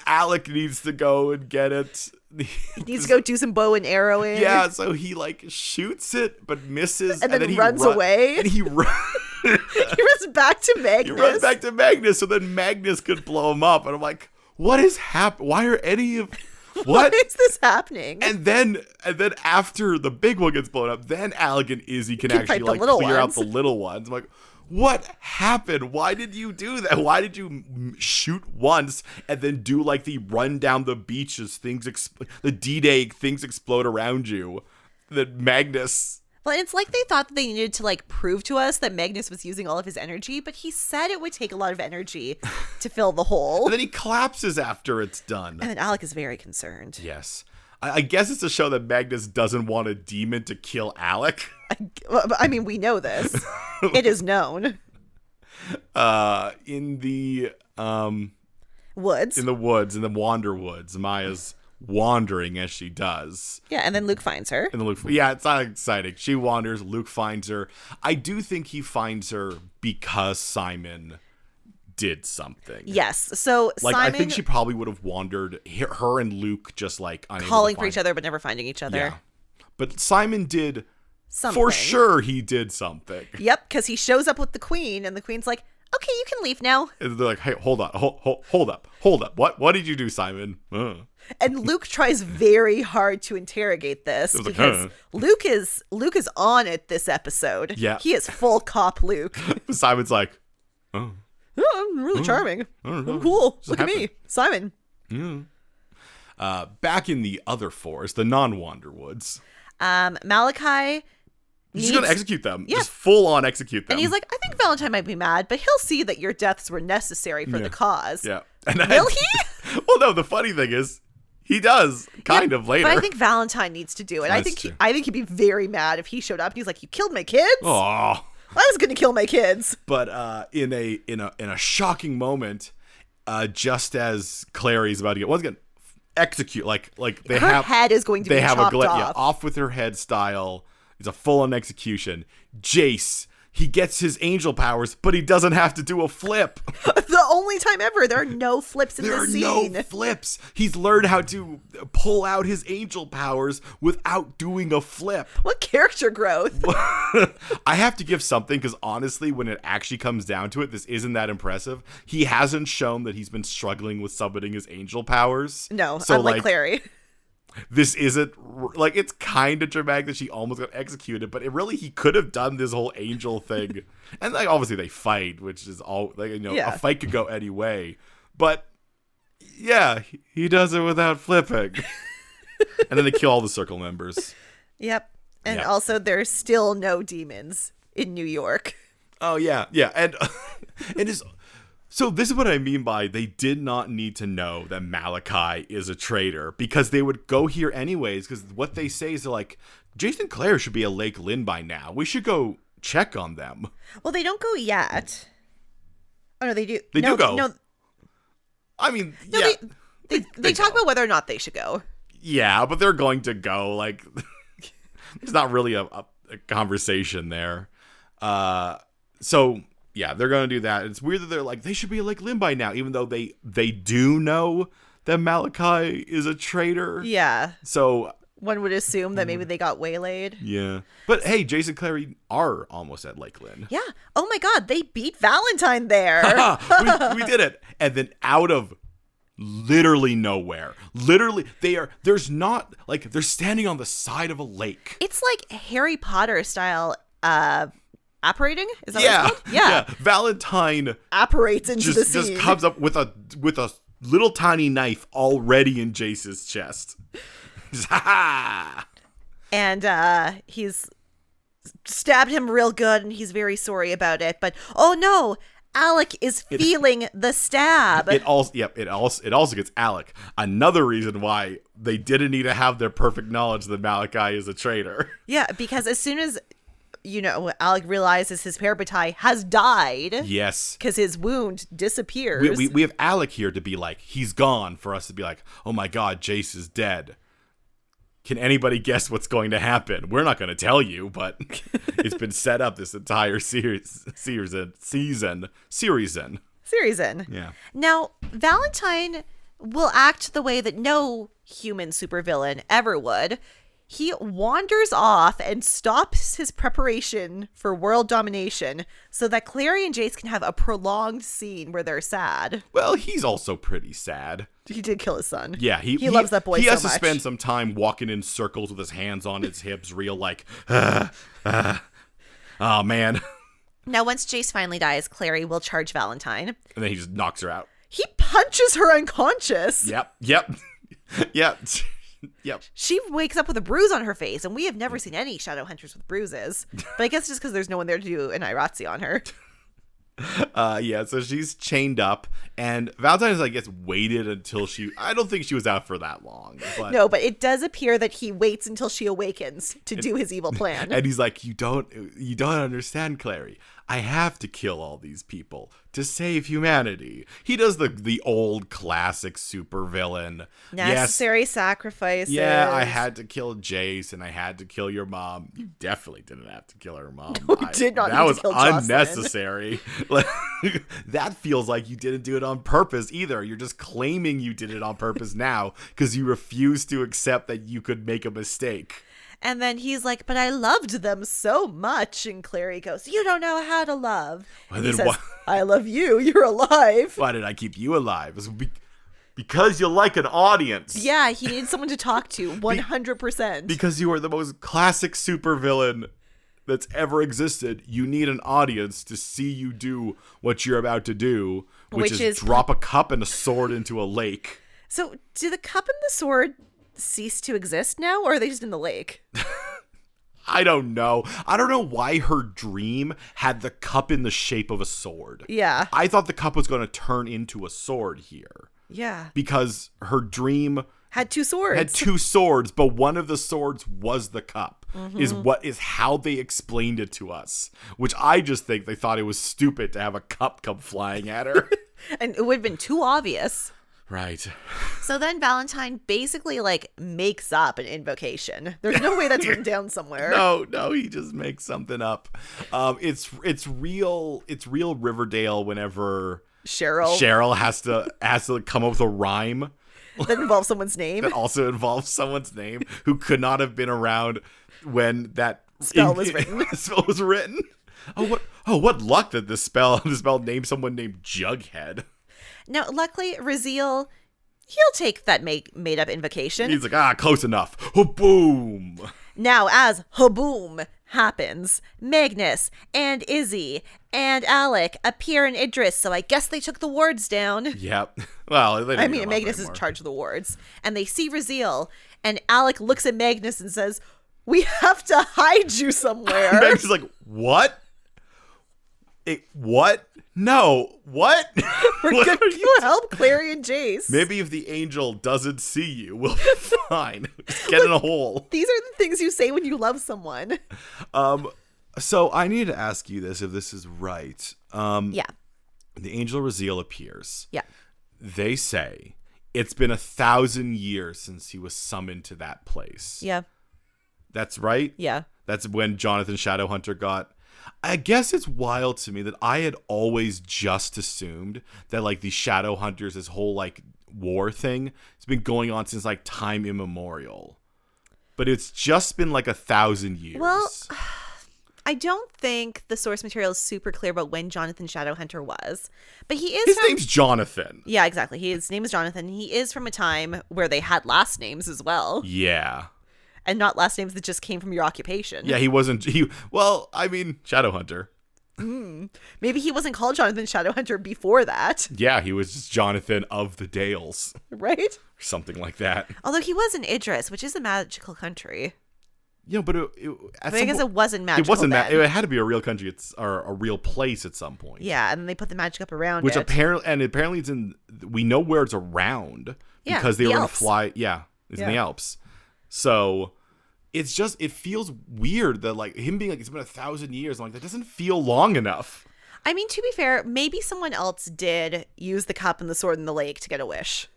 Speaker 1: Alec needs to go and get it.
Speaker 2: needs to go do some bow and arrow in.
Speaker 1: Yeah, so he like shoots it but misses,
Speaker 2: And then
Speaker 1: he
Speaker 2: runs
Speaker 1: ru-
Speaker 2: away.
Speaker 1: And he, run-
Speaker 2: He runs back to Magnus.
Speaker 1: he runs back to Magnus, so then Magnus could blow him up. And I'm like, what is hap? Why are any of what?
Speaker 2: Why is this happening?
Speaker 1: and then and then after the big one gets blown up, then Alec and Izzy can,
Speaker 2: Can
Speaker 1: actually
Speaker 2: fight the
Speaker 1: like clear
Speaker 2: little
Speaker 1: out
Speaker 2: ones.
Speaker 1: the little ones. I'm like. What happened? Why did you do that? Why did you m- shoot once and then do like the run down the beach as things, exp- the D Day things explode around you? That Magnus
Speaker 2: well, it's like they thought that they needed to like prove to us that Magnus was using all of his energy, but he said it would take a lot of energy to fill the hole.
Speaker 1: And then he collapses after it's done.
Speaker 2: And then Alec is very concerned.
Speaker 1: Yes. I, I guess it's to show that Magnus doesn't want a demon to kill Alec.
Speaker 2: Well, I mean, we know this. it is known.
Speaker 1: Uh, in the um,
Speaker 2: Woods.
Speaker 1: in the woods, in the Wander Woods, Maya's wandering as she does.
Speaker 2: yeah, and then Luke finds her.
Speaker 1: And Luke, yeah, it's not exciting. She wanders. Luke finds her. I do think he finds her because Simon did something.
Speaker 2: Yes. So
Speaker 1: Like
Speaker 2: Simon
Speaker 1: I think she probably would have wandered. he- Her and Luke just like unable to
Speaker 2: calling for
Speaker 1: find-
Speaker 2: each other but never finding each other.
Speaker 1: Yeah. But Simon did
Speaker 2: Something.
Speaker 1: For sure, he did something.
Speaker 2: Yep, because he shows up with the queen, and the queen's like, "Okay, you can leave now."
Speaker 1: And they're like, "Hey, hold on, hold, hold, hold up, hold up. What, what did you do, Simon?" Uh.
Speaker 2: And Luke tries very hard to interrogate this
Speaker 1: was like,
Speaker 2: because
Speaker 1: huh?
Speaker 2: Luke is Luke is on it this episode.
Speaker 1: Yeah.
Speaker 2: he is full cop Luke.
Speaker 1: Simon's like, "Oh,
Speaker 2: "Oh, I'm really charming.
Speaker 1: I don't know.
Speaker 2: I'm cool.
Speaker 1: Just
Speaker 2: Look at me,
Speaker 1: happened."
Speaker 2: Simon.
Speaker 1: Uh, back in the other forest, the non-Wanderwoods,
Speaker 2: Um, Malachi.
Speaker 1: he's
Speaker 2: needs-
Speaker 1: gonna execute them.
Speaker 2: Yeah.
Speaker 1: Just full on execute them.
Speaker 2: and he's like, I think Valentine might be mad, but he'll see that your deaths were necessary for
Speaker 1: Yeah.
Speaker 2: the cause.
Speaker 1: yeah. And I-
Speaker 2: Will he?
Speaker 1: well, no. The funny thing is, he does kind
Speaker 2: Yeah,
Speaker 1: of later.
Speaker 2: But I think Valentine needs to do it. I
Speaker 1: That's
Speaker 2: think he,
Speaker 1: true.
Speaker 2: I think he'd be very mad if he showed up and he's like, "You killed my kids.
Speaker 1: Aw.
Speaker 2: I was going to kill my kids."
Speaker 1: but uh, in a in a in a shocking moment, uh, just as Clary's about to get once again execute, like like they
Speaker 2: Her
Speaker 1: have
Speaker 2: head is going to
Speaker 1: they
Speaker 2: be
Speaker 1: have a
Speaker 2: chopped
Speaker 1: gla-
Speaker 2: off.
Speaker 1: yeah, off with her head style. It's a full on execution. Jace he gets his angel powers, but he doesn't have to do a flip.
Speaker 2: the only time ever there are no flips in
Speaker 1: There are
Speaker 2: this scene.
Speaker 1: no flips. He's learned how to pull out his angel powers without doing a flip.
Speaker 2: What character growth?
Speaker 1: I have to give something because honestly, when it actually comes down to it, this isn't that impressive. He hasn't shown that he's been struggling with summoning his angel powers.
Speaker 2: No,
Speaker 1: so
Speaker 2: unlike
Speaker 1: like
Speaker 2: Clary.
Speaker 1: this isn't r- like it's kind of dramatic that she almost got executed, but it really he could have done this whole angel thing. and like obviously they fight, which is all like you know
Speaker 2: Yeah.
Speaker 1: a fight could go any way, but yeah, he- he does it without flipping. and then they kill all the circle members.
Speaker 2: Yep. And
Speaker 1: Yeah.
Speaker 2: also, there's still no demons in New York.
Speaker 1: Oh yeah, yeah, and and is so this is what I mean by they did not need to know that Malachi is a traitor because they would go here anyways. Because what they say is they're like Jason Clare should be a Lake Lynn by now. We should go check on them.
Speaker 2: Well, they don't go yet. Oh no, they do.
Speaker 1: They do
Speaker 2: no,
Speaker 1: go.
Speaker 2: No,
Speaker 1: I mean,
Speaker 2: no,
Speaker 1: yeah,
Speaker 2: they they, they talk about whether or not they should go.
Speaker 1: yeah, but they're going to go. Like, there's not really a, a, a conversation there. Uh, so yeah, they're gonna do that. It's weird that they're like they should be like Lynn by now, even though they they do know that Malachi is a traitor.
Speaker 2: Yeah,
Speaker 1: So
Speaker 2: one would assume that
Speaker 1: Mm.
Speaker 2: maybe they got waylaid.
Speaker 1: yeah, but hey, Jason Clary are almost at Lakeland.
Speaker 2: Yeah. Oh my God, they beat Valentine there.
Speaker 1: Ah, we, we did it, and then out of literally nowhere, literally they are. There's not like they're standing on the side of a lake.
Speaker 2: it's like Harry Potter style. Uh, operating is that
Speaker 1: yeah,
Speaker 2: what it's called? Yeah.
Speaker 1: Valentine
Speaker 2: Operates into the
Speaker 1: just
Speaker 2: scene.
Speaker 1: just comes up with a with a little tiny knife already in Jace's chest. Just, ha ha!
Speaker 2: and uh he's stabbed him real good and he's very sorry about it but oh no alec is feeling the stab
Speaker 1: It also yep. It also it also gets Alec. Another reason why they didn't need to have their perfect knowledge that Malachi is a traitor.
Speaker 2: yeah because as soon as you know alec realizes his parabatai has died
Speaker 1: Yes.
Speaker 2: because his wound disappears
Speaker 1: We, we, we have Alec here to be like, he's gone, for us to be like, oh my god, Jace is dead. Can anybody guess what's going to happen? We're not going to tell you, but it's been set up this entire series, season, season, series in.
Speaker 2: series in
Speaker 1: Yeah.
Speaker 2: now valentine will act the way that no human supervillain ever would he wanders off and stops his preparation for world domination so that Clary and Jace can have a prolonged scene where they're sad.
Speaker 1: Well, he's also pretty sad.
Speaker 2: He did kill his son.
Speaker 1: Yeah, he,
Speaker 2: he, loves that boy
Speaker 1: He
Speaker 2: so
Speaker 1: has
Speaker 2: much.
Speaker 1: to spend some time walking in circles with his hands on his hips, real like, uh, oh man,
Speaker 2: now, once Jace finally dies, Clary will charge Valentine.
Speaker 1: and then he just knocks her out.
Speaker 2: He punches her unconscious.
Speaker 1: Yep, yep, yep, yep.
Speaker 2: She wakes up with a bruise on her face, and we have never seen any shadow hunters with bruises. But I guess just because there's no one there to do an Iratzi on her.
Speaker 1: Uh, yeah, so she's chained up, and Valentine's like gets waited until she. I don't think she was out for that long, but
Speaker 2: No, but it does appear that he waits until she awakens to do his evil plan.
Speaker 1: and he's like, "You don't, you don't understand, Clary. I have to kill all these people to save humanity." He does the the old classic supervillain. Yes,
Speaker 2: Necessary sacrifices.
Speaker 1: yeah, I had to kill Jace, and I had to kill your mom. You definitely didn't have to kill her mom.
Speaker 2: you
Speaker 1: I-
Speaker 2: did not
Speaker 1: That
Speaker 2: need to
Speaker 1: was
Speaker 2: kill Jocelyn.
Speaker 1: unnecessary. Like, that feels like you didn't do it on purpose either. You're just claiming you did it on purpose now because you refuse to accept that you could make a mistake.
Speaker 2: And then he's like, "But I loved them so much." And Clary goes, "You don't know how to love."
Speaker 1: Well,
Speaker 2: he
Speaker 1: then
Speaker 2: says,
Speaker 1: why-
Speaker 2: "I love you. You're alive."
Speaker 1: Why did I keep you alive? It's be- because you like an audience.
Speaker 2: Yeah, he needs someone to talk to. One hundred percent.
Speaker 1: Because you are the most classic supervillain that's ever existed, you need an audience to see you do what you're about to do, which,
Speaker 2: Which
Speaker 1: is,
Speaker 2: is-
Speaker 1: drop a cup and a sword into a lake.
Speaker 2: So, do the cup and the sword cease to exist now, or are they just in the lake?
Speaker 1: I don't know. I don't know why her dream had the cup in the shape of a sword.
Speaker 2: Yeah.
Speaker 1: I thought the cup was going to turn into a sword here
Speaker 2: Yeah.
Speaker 1: because her dream
Speaker 2: Had two swords.
Speaker 1: had two swords, but one of the swords was the cup. Is what is how they explained it to us, which I just think they thought it was stupid to have a cup come flying at her.
Speaker 2: and it would have been too obvious.
Speaker 1: right.
Speaker 2: So then Valentine basically like makes up an invocation. There's no way that's written down somewhere.
Speaker 1: No, no, he just makes something up. Um, it's it's real. It's real Riverdale. Whenever
Speaker 2: Cheryl
Speaker 1: Cheryl has to has to come up with a rhyme
Speaker 2: that involves someone's name.
Speaker 1: that also involves someone's name who could not have been around when that
Speaker 2: Spell was written.
Speaker 1: spell was written. Oh what! Oh what luck that this spell this spell named someone named Jughead.
Speaker 2: Now, luckily, Raziel, he'll take that make- made up invocation.
Speaker 1: He's like ah close enough. Oh, boom!
Speaker 2: Now, as Haboom happens, Magnus and Izzy and Alec appear in Idris, so I guess they took the wards down.
Speaker 1: Yep. Well, they didn't
Speaker 2: I
Speaker 1: elaborate
Speaker 2: mean, Magnus is in
Speaker 1: more.
Speaker 2: charge of the wards, and they see Raziel, and Alec looks at Magnus and says, We have to hide you somewhere.
Speaker 1: Max is like what? It what? No what?
Speaker 2: We're
Speaker 1: What
Speaker 2: going
Speaker 1: are you-
Speaker 2: to help Clary and Jace.
Speaker 1: Maybe if the angel doesn't see you, we'll be fine. Just get in a hole.
Speaker 2: These are the things you say when you love someone.
Speaker 1: Um, so I need to ask you this if this is right. Um,
Speaker 2: Yeah.
Speaker 1: the angel Raziel appears.
Speaker 2: Yeah.
Speaker 1: They say it's been a thousand years since he was summoned to that place.
Speaker 2: Yeah.
Speaker 1: That's right.
Speaker 2: Yeah.
Speaker 1: That's when Jonathan Shadowhunter got. I guess it's wild to me that I had always just assumed that like the Shadow Hunters, this whole like war thing, it's been going on since like time immemorial. But it's just been like a thousand years.
Speaker 2: Well, I don't think the source material is super clear about when Jonathan Shadowhunter was, but he is.
Speaker 1: his
Speaker 2: from-
Speaker 1: name's Jonathan.
Speaker 2: yeah, exactly. He, his name is Jonathan. He is from a time where they had last names as well,
Speaker 1: Yeah.
Speaker 2: and not last names that just came from your occupation.
Speaker 1: Yeah, he wasn't he well, I mean, Shadowhunter.
Speaker 2: Maybe he wasn't called Jonathan Shadowhunter before that,
Speaker 1: Yeah, he was just Jonathan of the Dales
Speaker 2: right?
Speaker 1: or something like that.
Speaker 2: Although he was in Idris, which is a magical country.
Speaker 1: Yeah, but it, it, at
Speaker 2: I, mean, I
Speaker 1: some
Speaker 2: guess
Speaker 1: po-
Speaker 2: it wasn't
Speaker 1: it
Speaker 2: magical.
Speaker 1: wasn't that
Speaker 2: then.
Speaker 1: it had to be a real country it's or a real place at some point.
Speaker 2: yeah, and then they put the magic up around
Speaker 1: Which
Speaker 2: it.
Speaker 1: apparently and apparently it's in we know where it's around
Speaker 2: Yeah,
Speaker 1: because they
Speaker 2: the
Speaker 1: were going to
Speaker 2: Alps.
Speaker 1: fly yeah, it's in the
Speaker 2: Yeah.
Speaker 1: Alps. So it's just it feels weird that like him being like it's been a thousand years. I'm like that doesn't feel long enough.
Speaker 2: I mean, to be fair, maybe someone else did use the cup and the sword in the lake to get a wish.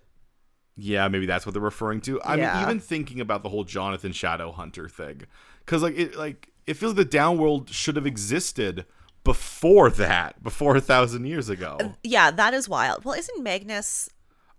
Speaker 1: Yeah, maybe that's what they're referring to. I mean,
Speaker 2: Yeah.
Speaker 1: even thinking about the whole Jonathan Shadow Hunter thing, because like it like it feels the downworld should have existed before that, before a thousand years ago.
Speaker 2: Yeah, that is wild. Well, isn't Magnus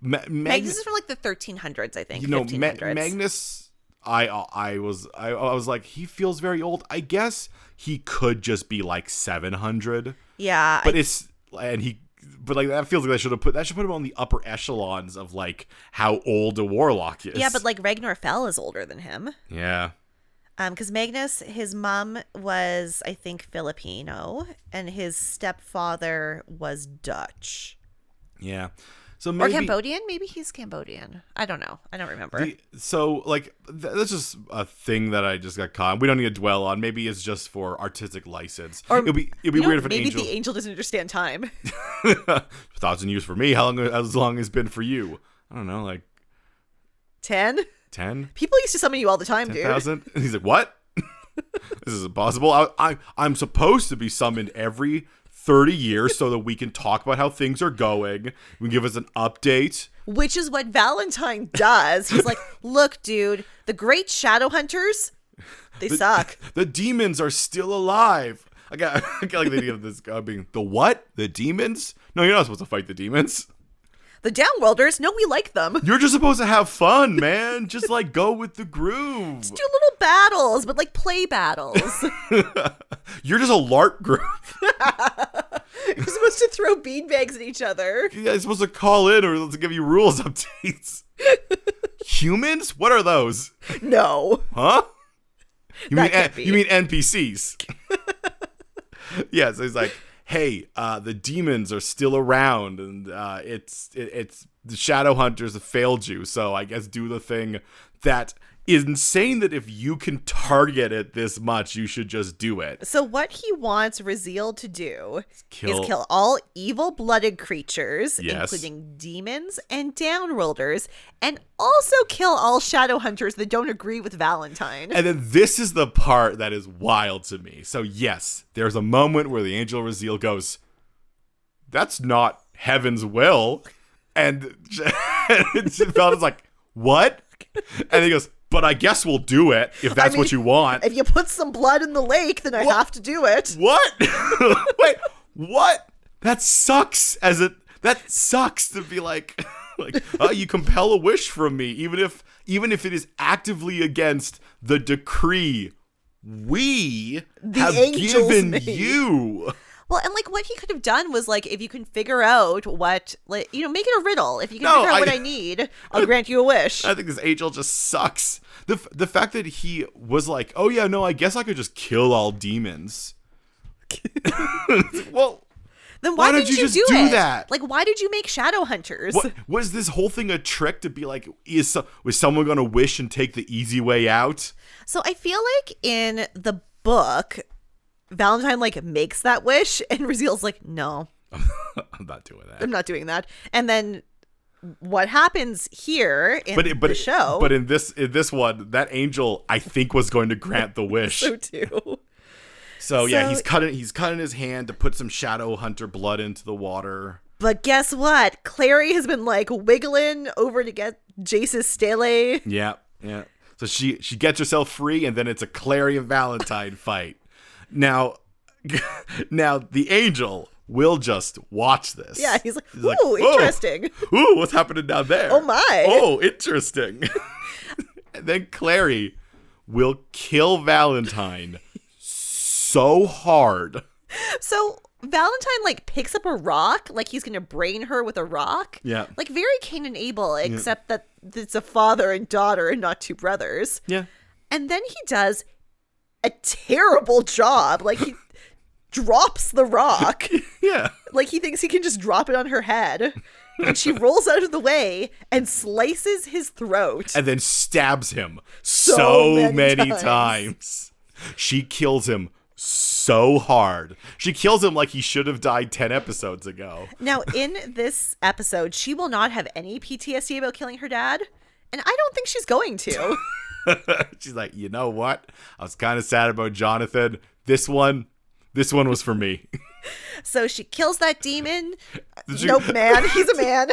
Speaker 1: Ma- Mag-
Speaker 2: Magnus is from like the 1300s, I think.
Speaker 1: you know, Ma-
Speaker 2: 1500s.
Speaker 1: Magnus. I I was I, I was like he feels very old. I guess he could just be like seven hundred,
Speaker 2: yeah, I-
Speaker 1: but it's and he. But like that feels like that should have put that should put him on the upper echelons of like how old a warlock is.
Speaker 2: yeah, but like Ragnar Fell is older than him.
Speaker 1: yeah,
Speaker 2: Um, because Magnus, his mom was, I think, Filipino, and his stepfather was Dutch
Speaker 1: yeah. So
Speaker 2: or
Speaker 1: maybe
Speaker 2: Cambodian. Maybe he's Cambodian. I don't know. I don't remember.
Speaker 1: The- so like th- that's just a thing that I just got caught. on. We don't need to dwell on. Maybe it's just for artistic license.
Speaker 2: Or
Speaker 1: it'll be it'll be
Speaker 2: You know,
Speaker 1: weird if an
Speaker 2: maybe
Speaker 1: angel
Speaker 2: the angel doesn't understand time.
Speaker 1: thousand years for me. How long as long it's been for you? I don't know, like
Speaker 2: Ten
Speaker 1: ten,
Speaker 2: people used to summon you all the time, dude.
Speaker 1: thousand. And he's like, what? this is impossible. I, I I'm supposed to be summoned every. 30 years so that we can talk about how things are going. We can give us an update.
Speaker 2: Which is what Valentine does. He's like, "Look, dude, the great shadow hunters, they suck."
Speaker 1: The demons are still alive. I got, I got like the idea of this guy being the what? The demons? No, you're not supposed to fight the demons.
Speaker 2: The downworlders, no, we like them.
Speaker 1: You're just supposed to have fun, man. Just like go with the groove.
Speaker 2: do little battles, but like play battles.
Speaker 1: You're just a LARP group.
Speaker 2: You're supposed to throw beanbags at each other.
Speaker 1: You guys are supposed to call in or let's give you rules updates. Humans? What are those?
Speaker 2: No.
Speaker 1: Huh? You mean
Speaker 2: That can't
Speaker 1: N-
Speaker 2: be.
Speaker 1: you mean NPCs? yeah, so he's like, "Hey, uh, the demons are still around, and uh, it's it, it's the shadow hunters have failed you. So I guess do the thing that is insane. That if you can target it this much, you should just do it.
Speaker 2: So what he wants Raziel to do
Speaker 1: Kill-
Speaker 2: is kill all evil-blooded creatures,
Speaker 1: Yes.
Speaker 2: including demons and downworlders, and also kill all shadow hunters that don't agree with Valentine.
Speaker 1: And then this is the part that is wild to me. So yes, there's a moment where the angel Raziel goes, "That's not heaven's will," and Felton's like, "What?" And he goes, "But I guess we'll do it if that's what you
Speaker 2: mean,
Speaker 1: want."
Speaker 2: if you put some blood in the lake, then I
Speaker 1: What?
Speaker 2: have to do it.
Speaker 1: What? Wait, what? That sucks. As it that sucks to be like, like oh, you compel a wish from me, even if even if it is actively against the decree we have
Speaker 2: angels
Speaker 1: given
Speaker 2: made.
Speaker 1: you.
Speaker 2: Well, and like what he could have done was like if you can figure out what like you know, make it a riddle. If you can
Speaker 1: No,
Speaker 2: figure out what
Speaker 1: I-
Speaker 2: I need, I'll grant you a wish.
Speaker 1: I think this angel just sucks. the f- The fact that he was like, oh yeah, no, I guess I could just kill all demons. well.
Speaker 2: then why,
Speaker 1: why don't
Speaker 2: didn't
Speaker 1: you
Speaker 2: you,
Speaker 1: just
Speaker 2: do,
Speaker 1: do
Speaker 2: it?
Speaker 1: that?
Speaker 2: Like why did you make shadow hunters?
Speaker 1: What was this whole thing a trick to be like? Is so, was someone gonna wish and take the easy way out?
Speaker 2: So I feel like in the book, Valentine like makes that wish and Raziel's like, No,
Speaker 1: I'm not doing that.
Speaker 2: I'm not doing that. And then what happens here in
Speaker 1: But it, but
Speaker 2: the
Speaker 1: it-
Speaker 2: show
Speaker 1: but in this in this one, that angel I think was going to grant the wish.
Speaker 2: so too.
Speaker 1: So yeah,
Speaker 2: so-
Speaker 1: he's cutting he's cutting his hand to put some shadow hunter blood into the water.
Speaker 2: But guess what? Clary has been like wiggling over to get Jace's stele.
Speaker 1: Yeah, yeah. So she she gets herself free, and then it's a Clary and Valentine fight. Now, now the angel will just watch this.
Speaker 2: Yeah, he's like,
Speaker 1: He's
Speaker 2: ooh,
Speaker 1: like, "Whoa."
Speaker 2: interesting.
Speaker 1: Ooh, what's happening down there?
Speaker 2: Oh, my.
Speaker 1: Oh, interesting. and then Clary will kill Valentine so hard.
Speaker 2: So Valentine like picks up a rock, like he's gonna brain her with a rock.
Speaker 1: Yeah.
Speaker 2: Like very Cain and Abel, except that it's a father and daughter and not two brothers.
Speaker 1: Yeah.
Speaker 2: And then he does a terrible job. Like he drops the rock.
Speaker 1: Yeah.
Speaker 2: Like he thinks he can just drop it on her head. And she rolls out of the way and slices his throat.
Speaker 1: And then stabs him so,
Speaker 2: many
Speaker 1: many, times.
Speaker 2: times.
Speaker 1: She kills him so hard. She kills him like he should have died 10 episodes ago.
Speaker 2: Now, in this episode, she will not have any PTSD about killing her dad. And I don't think she's going to.
Speaker 1: She's like, "You know what? I was kind of sad about Jonathan. This one this one was for me."
Speaker 2: So she kills that demon.
Speaker 1: you-
Speaker 2: Nope, man. He's a man.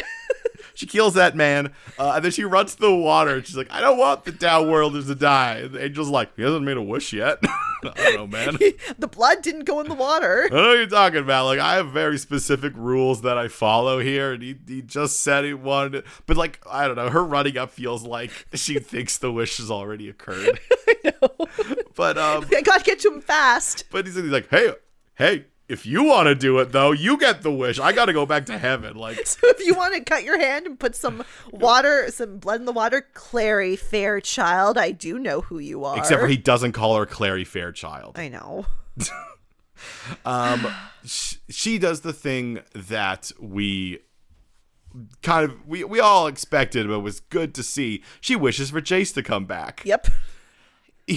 Speaker 1: She kills that man, uh, and then she runs to the water. And she's like, "I don't want the downworlders to die." And the angel's like, "He hasn't made a wish yet." I don't know, man. I
Speaker 2: the blood didn't go in the water.
Speaker 1: don't know what you're talking about. Like, I have very specific rules that I follow here, and he, he just said he wanted it. But, like, I don't know. Her running up feels like she thinks the wish has already occurred. But, um,
Speaker 2: I gotta get to him fast.
Speaker 1: but he's, he's like, hey, hey, if you want to do it, though, you get the wish. I got to go back to heaven. Like,
Speaker 2: So if you want to cut your hand and put some water, some blood in the water, Clary Fairchild, I do know who you are.
Speaker 1: except for he doesn't call her Clary Fairchild.
Speaker 2: I know.
Speaker 1: sh- she does the thing that we kind of we, we all expected but was good to see she wishes for jace to come back
Speaker 2: Yep.
Speaker 1: he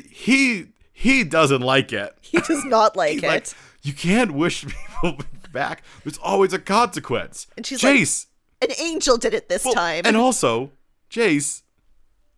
Speaker 1: he he doesn't like it
Speaker 2: He does not like
Speaker 1: He's
Speaker 2: it.
Speaker 1: like you can't wish people back there's always a consequence
Speaker 2: And she's like,
Speaker 1: jace
Speaker 2: An angel did it this
Speaker 1: well,
Speaker 2: time.
Speaker 1: and also jace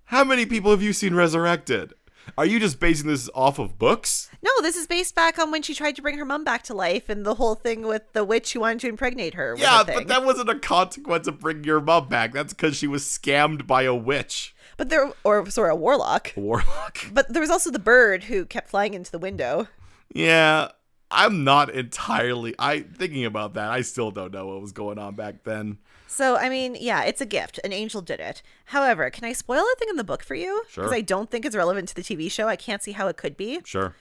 Speaker 1: how many people have you seen resurrected are you just basing this off of books
Speaker 2: no, this is based back on when she tried to bring her mom back to life and the whole thing with the witch who wanted to impregnate her. was a
Speaker 1: yeah
Speaker 2: thing.
Speaker 1: but that wasn't a consequence of bringing your mom back that's because she was scammed by a witch
Speaker 2: But there, or sorry, a warlock.
Speaker 1: warlock.
Speaker 2: But there was also the bird who kept flying into the window.
Speaker 1: Yeah, I'm not entirely. I thinking about that. I still don't know what was going on back then.
Speaker 2: So, I mean, yeah, it's a gift. An angel did it. However, can I spoil a thing in the book for you?
Speaker 1: Sure.
Speaker 2: Because I don't think it's relevant to the TV show. I can't see how it could be.
Speaker 1: Sure.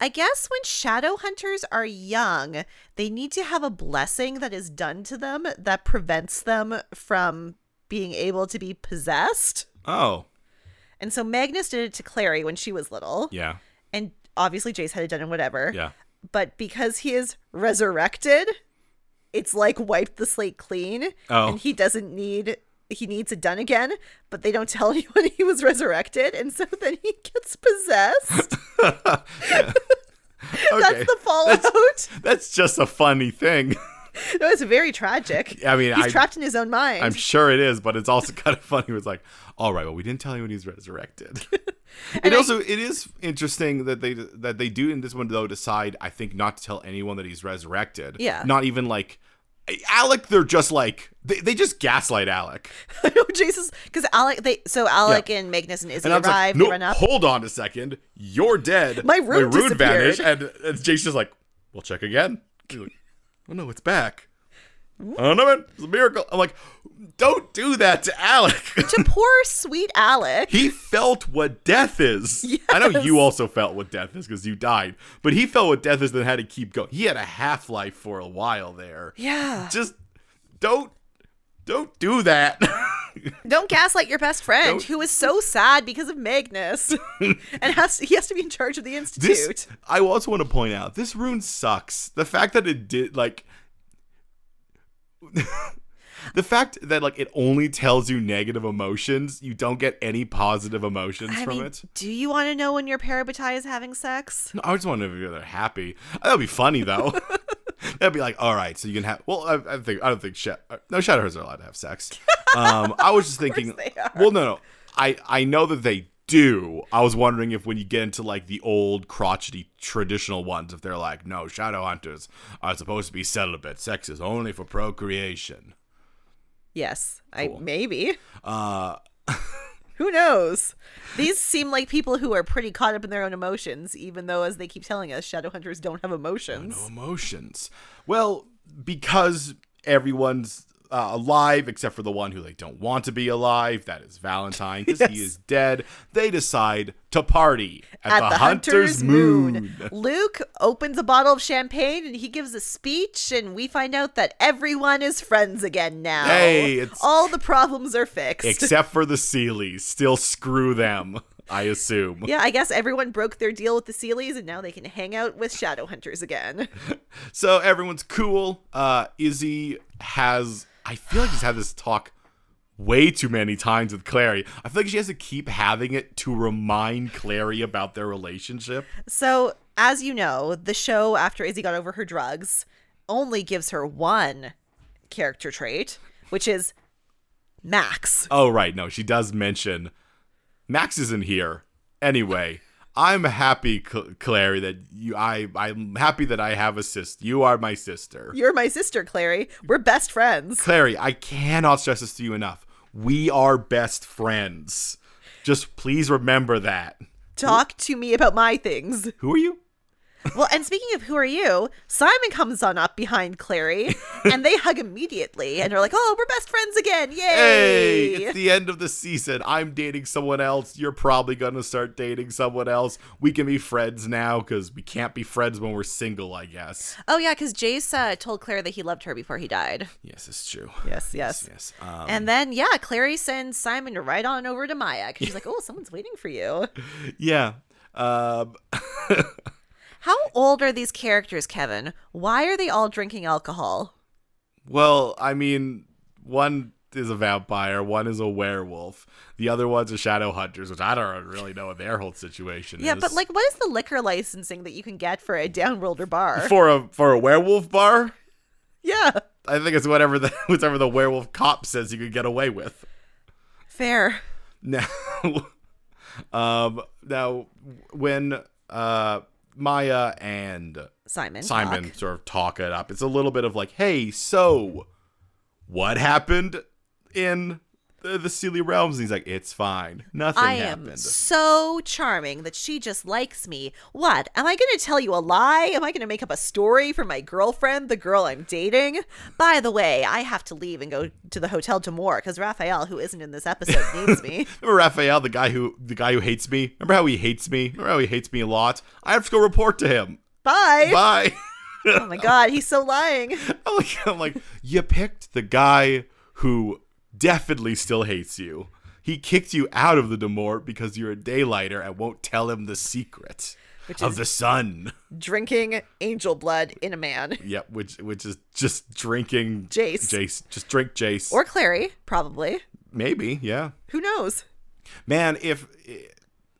Speaker 2: I guess when shadow hunters are young, they need to have a blessing that is done to them that prevents them from being able to be possessed.
Speaker 1: Oh,
Speaker 2: And so Magnus did it to Clary when she was little.
Speaker 1: yeah,
Speaker 2: And obviously Jace had it done and whatever.
Speaker 1: yeah.
Speaker 2: but because he is resurrected, it's like wiped the slate clean,
Speaker 1: Oh.
Speaker 2: and he doesn't need he needs it done again. But they don't tell anyone he was resurrected, and so then he gets possessed. That's
Speaker 1: Okay.
Speaker 2: the fallout.
Speaker 1: That's just a funny thing.
Speaker 2: no, it's very tragic.
Speaker 1: I mean,
Speaker 2: he's
Speaker 1: I-
Speaker 2: trapped in his own mind.
Speaker 1: I'm sure it is, but it's also kind of funny. It was like, all right, well, we didn't tell you when he's resurrected. it
Speaker 2: I-
Speaker 1: also it is interesting that they that they do in this one though decide I think not to tell anyone that he's resurrected.
Speaker 2: Yeah.
Speaker 1: Not even like Alec. They're just like they, they just gaslight Alec.
Speaker 2: I know Jesus, because Alec, they so Alec and Magnus and Izzy
Speaker 1: And I was like,
Speaker 2: arrive. they
Speaker 1: no,
Speaker 2: run up.
Speaker 1: hold on a second, you're dead.
Speaker 2: My room
Speaker 1: vanished,
Speaker 2: disappeared.
Speaker 1: and, and Jake's just like, we'll check again. He's like, oh no, it's back. I don't know, man. It's a miracle. I'm like, don't do that to Alec.
Speaker 2: to poor sweet Alec.
Speaker 1: He felt what death is. I know you also felt what death is because you died, but he felt what death is and had to keep going. He had a half life for a while there.
Speaker 2: Yeah.
Speaker 1: Just don't, don't do that.
Speaker 2: Don't gaslight your best friend
Speaker 1: Don't-
Speaker 2: who is so sad because of Magnus, and has he has to be in charge of the
Speaker 1: this,
Speaker 2: institute.
Speaker 1: I also want to point out this rune sucks. The fact that it did like. The fact that like it only tells you negative emotions, you don't get any positive emotions
Speaker 2: I
Speaker 1: from
Speaker 2: mean,
Speaker 1: it.
Speaker 2: do you want to know when your parabatai is having sex?
Speaker 1: No, I just want to know if they're happy. That'd be funny though. That'd be like, all right, so you can have. Well, I, I think I don't think Sha- uh, no Shadowhunters are allowed to have sex. Um, I was just thinking.
Speaker 2: they are.
Speaker 1: Well, no, no. I I know that they do. I was wondering if when you get into like the old crotchety traditional ones, if they're like, no, Shadowhunters are supposed to be celibate. Sex is only for procreation.
Speaker 2: Yes, I
Speaker 1: Cool.
Speaker 2: maybe.
Speaker 1: Uh,
Speaker 2: Who knows? These seem like people who are pretty caught up in their own emotions, even though, as they keep telling us, Shadowhunters don't have emotions.
Speaker 1: No emotions. Well, because everyone's uh, alive except for the one who they don't want to be alive. That is Valentine because he is dead. They decide to party at, the, Hunter's, Moon.
Speaker 2: Luke opens a bottle of champagne and he gives a speech, and we find out that everyone is friends again now.
Speaker 1: Hey, it's-
Speaker 2: all the problems are fixed.
Speaker 1: Except for the Sealies. Still screw them, I assume.
Speaker 2: yeah, I guess everyone broke their deal with the Sealies, and now they can hang out with Shadowhunters again.
Speaker 1: So everyone's cool. Uh, Izzy has, I feel like she's had this talk way too many times with Clary. I feel like she has to keep having it to remind Clary about their relationship.
Speaker 2: So, as you know, the show after Izzy got over her drugs only gives her one character trait, which is Max.
Speaker 1: Oh right, no, she does mention Max isn't here. Anyway, I'm happy, Cl- Clary, that you. I I'm happy that I have a sister. You are my sister,
Speaker 2: You're my sister, Clary. We're best friends.
Speaker 1: Clary. I cannot stress this to you enough. We are best friends. Just please remember that.
Speaker 2: Talk to me about my things.
Speaker 1: Who are you?
Speaker 2: Well, and speaking of who are you, Simon comes on up behind Clary and they hug immediately and are like, oh, we're best friends again. Yay.
Speaker 1: Hey, it's the end of the season. I'm dating someone else. You're probably going to start dating someone else. We can be friends now because we can't be friends when we're single, I guess.
Speaker 2: oh, yeah, because Jace uh, told Claire that he loved her before he died.
Speaker 1: Yes, it's true.
Speaker 2: Yes, yes.
Speaker 1: Yes. Um,
Speaker 2: And then, yeah, Clary sends Simon to ride on over to Maya because she's like, oh, someone's waiting for you.
Speaker 1: Yeah. Um,
Speaker 2: How old are these characters, Kevin? Why are they all drinking alcohol?
Speaker 1: well, I mean, one is a vampire, one is a werewolf, the other one's a shadow hunters, which I don't really know what their whole situation
Speaker 2: Yeah,
Speaker 1: is.
Speaker 2: but like, what is the liquor licensing that you can get for a downworlder bar?
Speaker 1: for a for a werewolf bar,
Speaker 2: yeah,
Speaker 1: I think it's whatever the whatever the werewolf cop says you could get away with.
Speaker 2: fair.
Speaker 1: Now, um, now when uh Maya and
Speaker 2: Simon.
Speaker 1: Simon
Speaker 2: talk.
Speaker 1: sort of talk it up. It's a little bit of like, hey, so what happened in the, the Sealy Realms? And he's like, it's fine. Nothing
Speaker 2: I
Speaker 1: happened.
Speaker 2: am so charming that she just likes me. What? Am I going to tell you a lie? Am I going to make up a story for my girlfriend, the girl I'm dating? By the way, I have to leave and go to the hotel tomorrow because Raphael, who isn't in this episode, needs me.
Speaker 1: Remember Raphael, the guy who the guy who hates me? Remember how he hates me? Remember how he hates me a lot? I have to go report to him.
Speaker 2: Bye.
Speaker 1: Bye.
Speaker 2: Oh my God, he's so lying.
Speaker 1: I'm like, I'm like, you picked the guy who definitely still hates you. He kicked you out of the Demort because you're a daylighter and won't tell him the secret.
Speaker 2: which
Speaker 1: of
Speaker 2: is
Speaker 1: the sun.
Speaker 2: drinking angel blood in a man.
Speaker 1: Yep, which which is just drinking
Speaker 2: Jace.
Speaker 1: Jace, just drink Jace.
Speaker 2: Or Clary, probably.
Speaker 1: maybe, yeah.
Speaker 2: Who knows?
Speaker 1: Man, if, if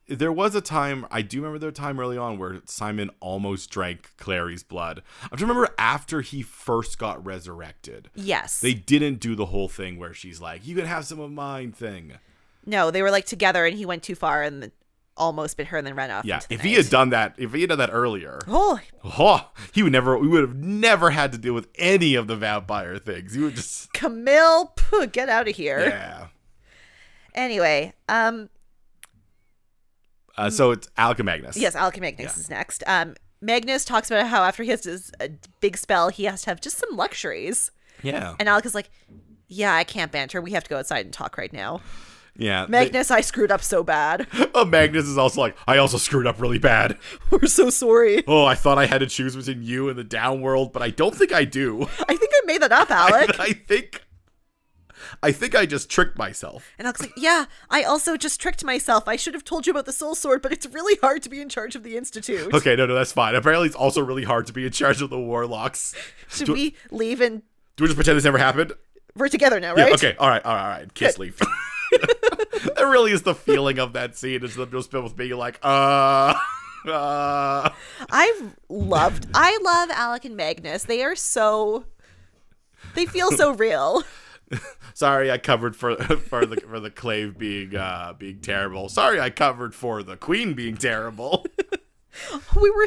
Speaker 1: there was a time, I do remember there was a time early on where Simon almost drank Clary's blood. I just remember after he first got resurrected,
Speaker 2: Yes.
Speaker 1: they didn't do the whole thing where she's like, "You can have some of mine" thing.
Speaker 2: no, they were like together and he went too far and almost bit her and then ran off.
Speaker 1: Yeah,
Speaker 2: into the
Speaker 1: if he
Speaker 2: night.
Speaker 1: had done that, if he had done that earlier,
Speaker 2: Oh,
Speaker 1: oh, he would never. We would have never had to deal with any of the vampire things. You would just,
Speaker 2: Camille, phew, get out of here.
Speaker 1: yeah.
Speaker 2: Anyway, um,
Speaker 1: Uh, so it's Alchemagnus.
Speaker 2: Yes, Alchemy Magnus is next. Um, Magnus talks about how after he has his uh, big spell, he has to have just some luxuries.
Speaker 1: Yeah.
Speaker 2: And Alec is like, "Yeah, I can't banter. We have to go outside and talk right now."
Speaker 1: Yeah. they-
Speaker 2: Magnus, I screwed up so bad.
Speaker 1: Oh, Magnus is also like, I also screwed up really bad.
Speaker 2: We're so sorry.
Speaker 1: Oh, I thought I had to choose between you and the downworld, but I don't think I do.
Speaker 2: I think I made that up, Alec.
Speaker 1: I, I think I think I just tricked myself.
Speaker 2: and Alec's like, "Yeah, I also just tricked myself. I should have told you about the Soul Sword, but it's really hard to be in charge of the Institute.
Speaker 1: Okay, no, no, that's fine. Apparently, it's also really hard to be in charge of the warlocks.
Speaker 2: Should
Speaker 1: do-
Speaker 2: we leave and
Speaker 1: Do we just pretend this never happened?
Speaker 2: we're together now, right?"
Speaker 1: Yeah, okay, all right, all right, all right. Kiss leaf. that really is the feeling of that scene. Is them just both being like, uh, uh.
Speaker 2: I've loved. I love Alec and Magnus. They are so. They feel so real.
Speaker 1: Sorry, I covered for for the for the clave being uh being terrible. Sorry, I covered for the queen being terrible.
Speaker 2: We were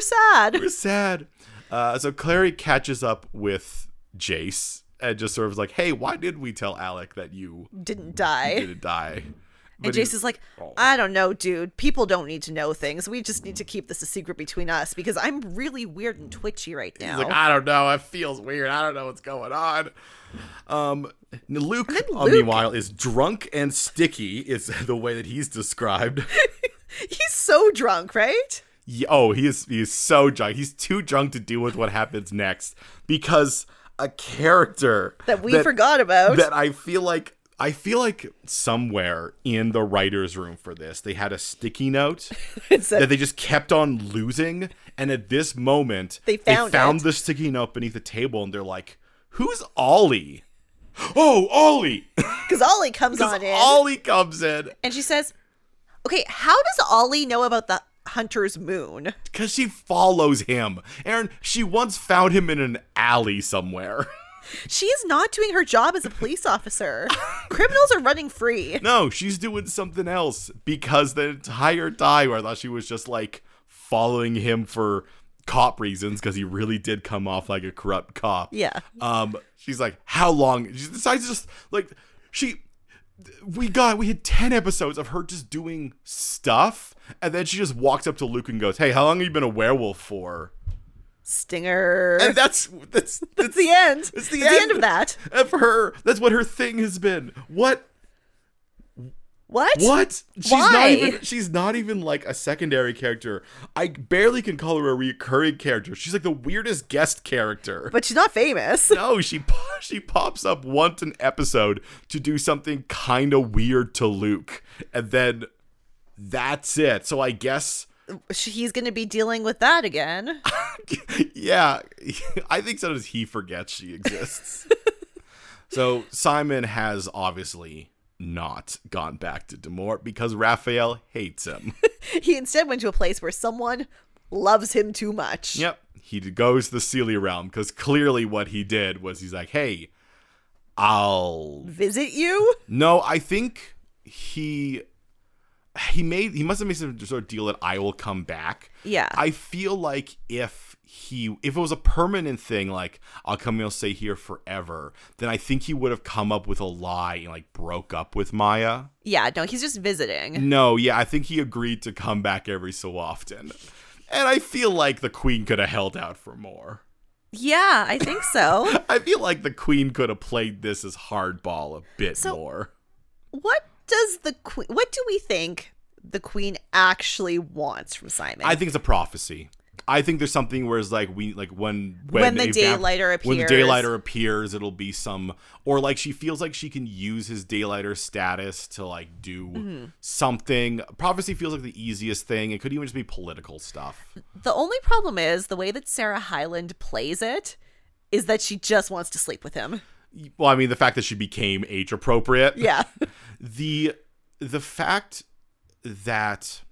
Speaker 2: sad.
Speaker 1: We're sad. Uh, so Clary catches up with Jace and just sort of is like, "Hey, why did we tell Alec that you
Speaker 2: Didn't die.
Speaker 1: didn't die?"
Speaker 2: And
Speaker 1: But he-
Speaker 2: Jace is like, I don't know, dude. People don't need to know things. We just need to keep this a secret between us because I'm really weird and twitchy right
Speaker 1: he's
Speaker 2: now.
Speaker 1: like, "I don't know. It feels weird. I don't know what's going on." Um, Luke,
Speaker 2: then
Speaker 1: uh,
Speaker 2: Luke-
Speaker 1: meanwhile, is drunk and sticky. Is the way that he's described.
Speaker 2: He's so drunk, right?
Speaker 1: Ye- Oh, he is he is so drunk. He's too drunk to deal with what happens next because a character
Speaker 2: That we forgot about.
Speaker 1: that I feel like I feel like somewhere in the writers' room for this, they had a sticky note
Speaker 2: It's a-
Speaker 1: that they just kept on losing, and at this moment,
Speaker 2: They found it.
Speaker 1: the sticky note beneath the table, and they're like, "Who's Ollie?" Oh, Ollie!
Speaker 2: Because Ollie comes on in
Speaker 1: Ollie comes in
Speaker 2: and she says, Okay, how does Ollie know about the hunter's moon?
Speaker 1: because she follows him. Aaron, she once found him in an alley somewhere.
Speaker 2: She is not doing her job as a police officer. Criminals are running free.
Speaker 1: No, she's doing something else because the entire time I thought she was just like following him for cop reasons because he really did come off like a corrupt cop.
Speaker 2: Yeah.
Speaker 1: Um, she's like, how long? She decides to just like she. We got we had ten episodes of her just doing stuff, and then she just walks up to Luke and goes, "Hey, how long have you been a werewolf for?"
Speaker 2: Stinger.
Speaker 1: And that's that's
Speaker 2: It's the end.
Speaker 1: It's the
Speaker 2: It's
Speaker 1: end.
Speaker 2: of that.
Speaker 1: and for her. That's what her thing has been. What
Speaker 2: What?
Speaker 1: What? She's not
Speaker 2: Why?
Speaker 1: even she's not even like a secondary character. I barely can call her a recurring character. She's like the weirdest guest character.
Speaker 2: But she's not famous.
Speaker 1: no, she po- she pops up once an episode to do something kind of weird to Luke, and then that's it. So I guess,
Speaker 2: He's going to be dealing with that again.
Speaker 1: yeah, I think sometimes he forgets she exists. so Simon has obviously not gone back to Demort because Raphael hates him.
Speaker 2: he instead went to a place where someone loves him too much.
Speaker 1: Yep. He d- goes the Celia realm because clearly what he did was he's like, hey, I'll.
Speaker 2: Visit you?
Speaker 1: No, I think he. He made he must have made some sort of deal that I will come back.
Speaker 2: Yeah.
Speaker 1: I feel like if he if it was a permanent thing, like I'll come and I'll stay here forever, then I think he would have come up with a lie and like broke up with Maya.
Speaker 2: Yeah, no, he's just visiting.
Speaker 1: No, yeah, I think he agreed to come back every so often. And I feel like the queen could have held out for more.
Speaker 2: Yeah, I think so.
Speaker 1: I feel like the queen could have played this as hardball a bit
Speaker 2: So-
Speaker 1: more.
Speaker 2: what does the queen, what do we think the queen actually wants from Simon?
Speaker 1: I think it's a prophecy. I think there's something where it's like we like when when,
Speaker 2: When the
Speaker 1: a vamp-
Speaker 2: Daylighter
Speaker 1: when the
Speaker 2: appears.
Speaker 1: daylighter appears it'll be some or like she feels like she can use his daylighter status to like do
Speaker 2: Mm-hmm.
Speaker 1: something. Prophecy feels like the easiest thing. It could even just be political stuff.
Speaker 2: The only problem is the way that Sarah Hyland plays it is that she just wants to sleep with him.
Speaker 1: Well, I mean the fact that she became age appropriate.
Speaker 2: Yeah.
Speaker 1: the the fact that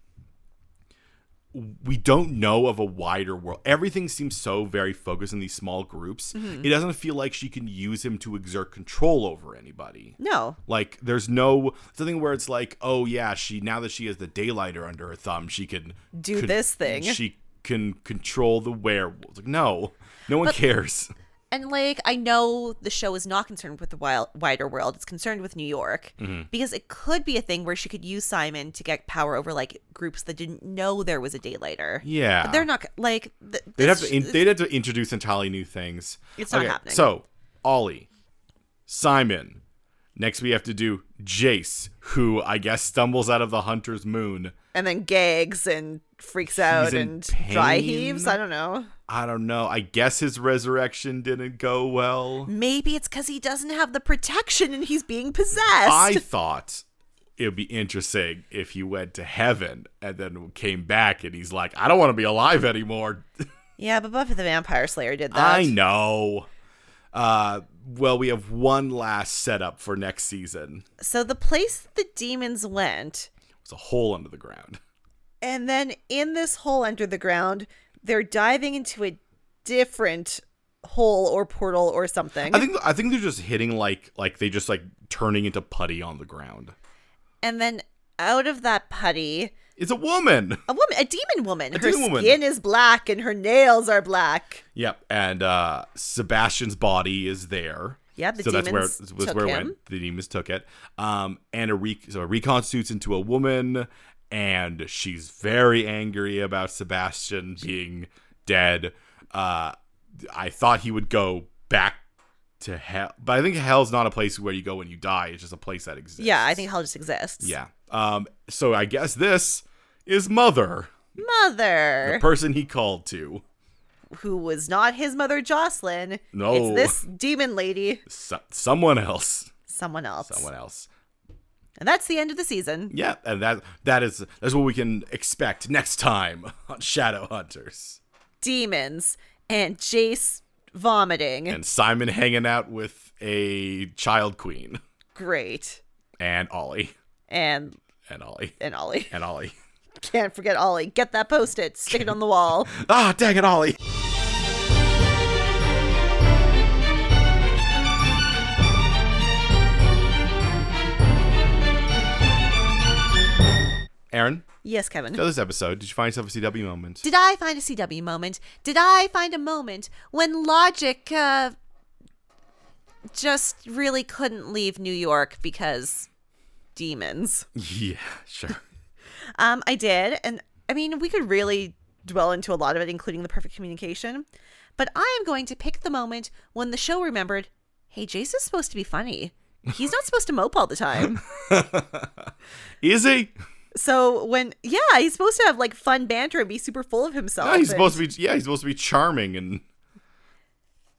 Speaker 1: we don't know of a wider world. Everything seems so very focused in these small groups.
Speaker 2: Mm-hmm.
Speaker 1: It doesn't feel like she can use him to exert control over anybody.
Speaker 2: No.
Speaker 1: Like there's no something where it's like, oh yeah, she now that she has the daylighter under her thumb, she can
Speaker 2: Do this thing.
Speaker 1: She can control the werewolves. Like no, no one cares.
Speaker 2: And like I know the show is not concerned with the wild, wider world; it's concerned with New York
Speaker 1: Mm-hmm.
Speaker 2: because it could be a thing where she could use Simon to get power over like groups that didn't know there was a daylighter.
Speaker 1: Yeah,
Speaker 2: but they're not like th-
Speaker 1: They'd have
Speaker 2: this-
Speaker 1: to in, they'd have to introduce entirely new things.
Speaker 2: It's not happening.
Speaker 1: So Ollie, Simon. Next we have to do Jace, who I guess stumbles out of the Hunter's Moon.
Speaker 2: and then gags and freaks out
Speaker 1: in
Speaker 2: and dry
Speaker 1: pain.
Speaker 2: heaves. I don't know.
Speaker 1: I don't know. I guess his resurrection didn't go well.
Speaker 2: Maybe it's because he doesn't have the protection and he's being possessed.
Speaker 1: I thought it would be interesting if he went to heaven and then came back and he's like, I don't want to be alive anymore.
Speaker 2: yeah, but Buffy the Vampire Slayer did that.
Speaker 1: I know. Uh, well, we have one last setup for next season.
Speaker 2: So the place the demons went
Speaker 1: It's a hole under the ground.
Speaker 2: And then in this hole under the ground, they're diving into a different hole or portal or something.
Speaker 1: I think I think they're just hitting like like they just like turning into putty on the ground.
Speaker 2: and then out of that putty,
Speaker 1: It's a woman.
Speaker 2: a woman, a demon woman. her
Speaker 1: demon woman.
Speaker 2: skin is black and her nails are black.
Speaker 1: Yep, and uh Sebastian's body is there.
Speaker 2: Yeah, the
Speaker 1: so that's where
Speaker 2: demons
Speaker 1: was
Speaker 2: took
Speaker 1: where it
Speaker 2: him.
Speaker 1: went. The demons took it. Um, and a re- so it reconstitutes into a woman, and she's very angry about Sebastian being dead. Uh, I thought he would go back to hell, but I think hell's not a place where you go when you die. It's just a place that exists.
Speaker 2: Yeah, I think hell just exists.
Speaker 1: Yeah. Um, so I guess this is Mother, the
Speaker 2: Mother,
Speaker 1: person he called to.
Speaker 2: who was not his mother, Jocelyn.
Speaker 1: No.
Speaker 2: It's this demon lady,
Speaker 1: So- someone else.
Speaker 2: someone else.
Speaker 1: Someone else.
Speaker 2: And that's the end of the season.
Speaker 1: Yeah, and that that is that's what we can expect next time on Shadow Hunters.
Speaker 2: Demons and Jace vomiting.
Speaker 1: And Simon hanging out with a child queen
Speaker 2: Great.
Speaker 1: and Ollie
Speaker 2: And
Speaker 1: and Ollie
Speaker 2: and Ollie.
Speaker 1: and Ollie.
Speaker 2: Can't forget Ollie. Get that posted. Stick it on the wall.
Speaker 1: Ah, dang it, Ollie. Aaron,
Speaker 2: Yes, Kevin.
Speaker 1: go this episode. Did you find yourself a CW moment?
Speaker 2: Did I find a CW moment? Did I find a moment when logic uh, just really couldn't leave New York because demons?
Speaker 1: yeah, sure.
Speaker 2: Um, I did, and I mean we could really dwell into a lot of it, including the perfect communication. But I am going to pick the moment when the show remembered, hey, Jason's supposed to be funny. He's not supposed to mope all the time.
Speaker 1: Izzy.
Speaker 2: So when yeah, he's supposed to have like fun banter and be super full of himself.
Speaker 1: No, he's
Speaker 2: and-
Speaker 1: supposed to be. Yeah, he's supposed to be charming, and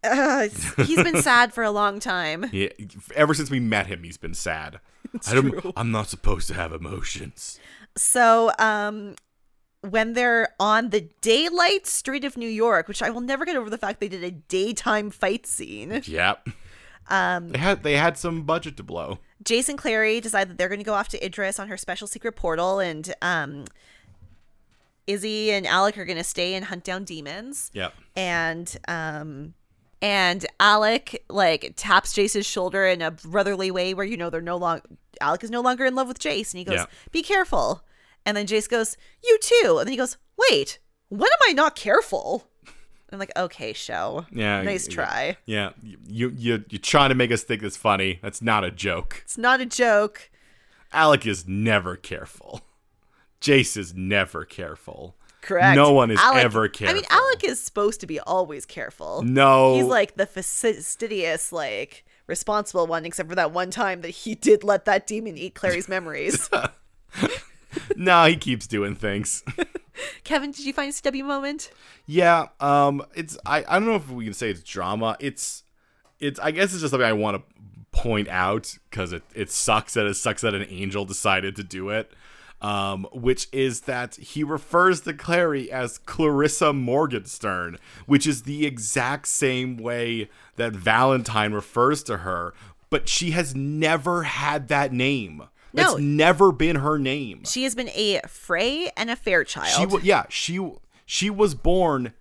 Speaker 2: Uh, it's- he's been sad for a long time.
Speaker 1: he, ever since we met him, he's been sad. I don't, I'm not supposed to have emotions.
Speaker 2: So um when they're on the daylight street of New York, which I will never get over the fact they did a daytime fight scene.
Speaker 1: Yep. Um, they had they had some budget to blow.
Speaker 2: Jason Clary decide that they're going to go off to Idris on her special secret portal, and um, Izzy and Alec are going to stay and hunt down demons.
Speaker 1: Yep.
Speaker 2: and um and Alec like taps Jace's shoulder in a brotherly way where you know they're no long Alec is no longer in love with Jace and he goes,
Speaker 1: Yeah.
Speaker 2: "Be careful." And then Jace goes, "You too." And then he goes, "Wait, when am I not careful?" I'm like, "Okay, show.
Speaker 1: Yeah.
Speaker 2: nice
Speaker 1: yeah,
Speaker 2: try.
Speaker 1: Yeah. You you you're trying to make us think it's funny. That's not a joke.
Speaker 2: It's not a joke."
Speaker 1: Alec is never careful. Jace is never careful.
Speaker 2: Correct.
Speaker 1: No one is
Speaker 2: Alec-
Speaker 1: ever
Speaker 2: I mean,
Speaker 1: careful.
Speaker 2: Alec is supposed to be always careful.
Speaker 1: No.
Speaker 2: He's like the fastidious, like responsible one, except for that one time that he did let that demon eat Clary's memories.
Speaker 1: no, he keeps doing things.
Speaker 2: Kevin, did you find a stubby moment?
Speaker 1: Yeah, um, it's I, I don't know if we can say it's drama. It's it's I guess it's just something I want to point out because it it sucks that it sucks that an angel decided to do it. Um, which is that he refers to Clary as Clarissa Morgenstern, which is the exact same way that Valentine refers to her, but she has never had that name. That's
Speaker 2: No.
Speaker 1: never been her name.
Speaker 2: She has been a Frey and a Fairchild.
Speaker 1: She wa- yeah, she she was born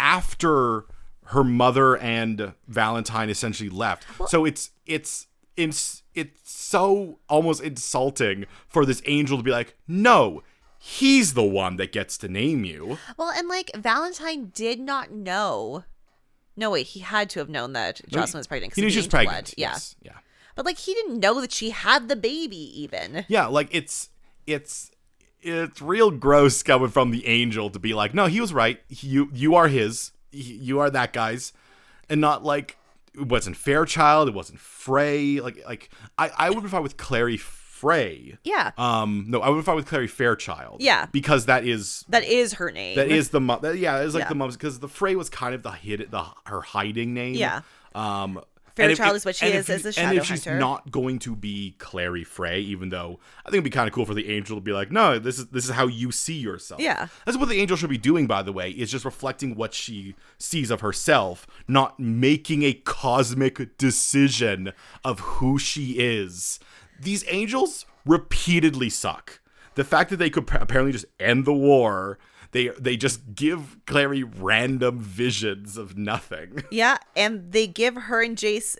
Speaker 1: after her mother and Valentine essentially left. so it's it's it's it's so almost insulting for this angel to be like, "No, he's the one that gets to name you."
Speaker 2: Well, and like Valentine did not know. No, wait, he had to have known that Jocelyn was pregnant. 'cause
Speaker 1: He
Speaker 2: of
Speaker 1: knew
Speaker 2: the
Speaker 1: she was
Speaker 2: angel
Speaker 1: pregnant.
Speaker 2: blood. Yeah.
Speaker 1: Yes. Yeah.
Speaker 2: But like he didn't know that she had the baby even.
Speaker 1: Yeah, like it's it's it's real gross coming from the angel to be like, no, he was right. You you are his. He- You are that guy's, and not like it wasn't Fairchild. It wasn't Frey. Like like I I would be fine with Clary Frey.
Speaker 2: Yeah.
Speaker 1: Um. No, I would be fine with Clary Fairchild.
Speaker 2: Yeah.
Speaker 1: Because that is
Speaker 2: that is her name.
Speaker 1: that is the mom. Yeah, it's like
Speaker 2: Yeah.
Speaker 1: the mom's because the Frey was kind of the hid the her hiding name.
Speaker 2: Yeah.
Speaker 1: Um.
Speaker 2: Fairchild is what she
Speaker 1: and
Speaker 2: is as a
Speaker 1: And if
Speaker 2: shadow
Speaker 1: she's
Speaker 2: hunter.
Speaker 1: not going to be Clary Frey, even though I think it'd be kind of cool for the angel to be like, no, this is this is how you see yourself.
Speaker 2: Yeah.
Speaker 1: That's what the angel should be doing, by the way, is just reflecting what she sees of herself, not making a cosmic decision of who she is. These angels repeatedly suck. The fact that they could apparently just end the war, they they just give Clary random visions of nothing.
Speaker 2: yeah, and they give her and Jace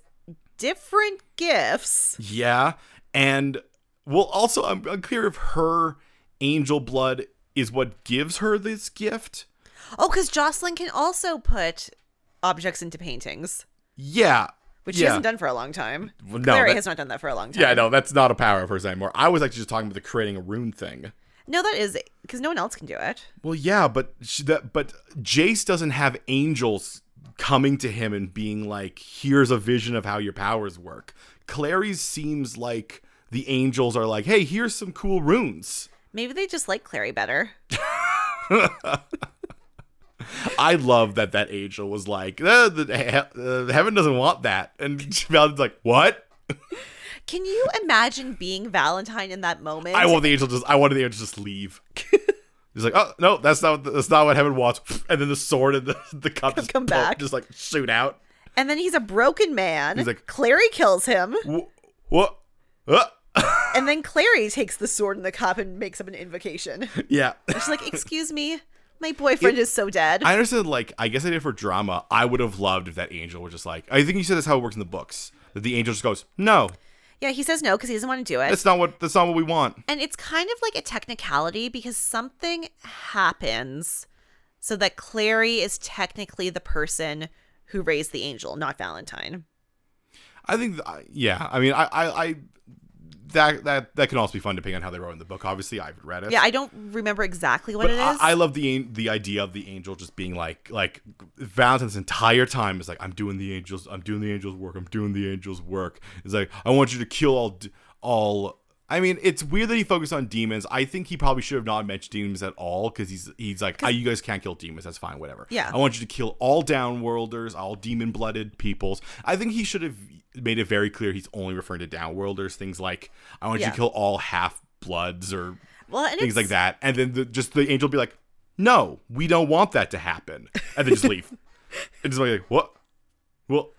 Speaker 2: different gifts.
Speaker 1: Yeah, and well, also I'm unclear if her angel blood is what gives her this gift.
Speaker 2: Oh, because Jocelyn can also put objects into paintings,
Speaker 1: Yeah,
Speaker 2: which she
Speaker 1: yeah.
Speaker 2: hasn't done for a long time.
Speaker 1: Well, no,
Speaker 2: Clary
Speaker 1: that-
Speaker 2: has not done that for a long time.
Speaker 1: Yeah, no, that's not a power of hers anymore. I was actually just talking about the creating a rune thing.
Speaker 2: No, that is because no one else can do it.
Speaker 1: Well, yeah, but she, that, but Jace doesn't have angels coming to him and being like, "Here's a vision of how your powers work." Clary's seems like the angels are like, "Hey, here's some cool runes."
Speaker 2: Maybe they just like Clary better.
Speaker 1: I love that that angel was like, "Uh, the, he- uh, heaven doesn't want that," and Valentine's like, "What?"
Speaker 2: Can you imagine being Valentine in that moment?
Speaker 1: I want the angel just. I wanted the angel to just leave. He's like, "Oh no, that's not that's not what heaven wants." And then the sword and the the cup just
Speaker 2: Come
Speaker 1: pull-
Speaker 2: back.
Speaker 1: just like shoot out.
Speaker 2: And then he's a broken man.
Speaker 1: He's like-
Speaker 2: Clary kills him,
Speaker 1: Wh- What? Uh,
Speaker 2: and then Clary takes the sword and the cup and makes up an invocation.
Speaker 1: yeah.
Speaker 2: She's like, "Excuse me, my boyfriend is so dead."
Speaker 1: I understand. Like, I guess I did for drama. I would have loved if that angel were just like. I think you said that's how it works in the books. That the angel just goes, "No,
Speaker 2: yeah, he says no because he doesn't want to do it.
Speaker 1: that's not what that's not what we want."
Speaker 2: And it's kind of like a technicality because something happens so that Clary is technically the person who raised the angel, not Valentine.
Speaker 1: I think, th- I- yeah. I mean, I, I, I, that that that can also be fun depending on how they wrote in the book. Obviously, I've read it.
Speaker 2: Yeah, I don't remember exactly what
Speaker 1: but
Speaker 2: it is.
Speaker 1: I, I love the an- the idea of the angel just being like like Valentine's entire time is like I'm doing the angels I'm doing the angels work I'm doing the angels work. It's like I want you to kill all d- all. I mean, it's weird that he focused on demons. I think he probably should have not mentioned demons at all because he's he's like, oh, you guys can't kill demons. That's fine, whatever.
Speaker 2: Yeah.
Speaker 1: I want you to kill all downworlders, all demon blooded peoples. I think he should have made it very clear he's only referring to downworlders. Things like I want you
Speaker 2: Yeah.
Speaker 1: to kill all half bloods or
Speaker 2: well, and
Speaker 1: things
Speaker 2: it's,
Speaker 1: like that. And then the, just the angel be like, no, we don't want that to happen. And then just leave. and just like, what? Well,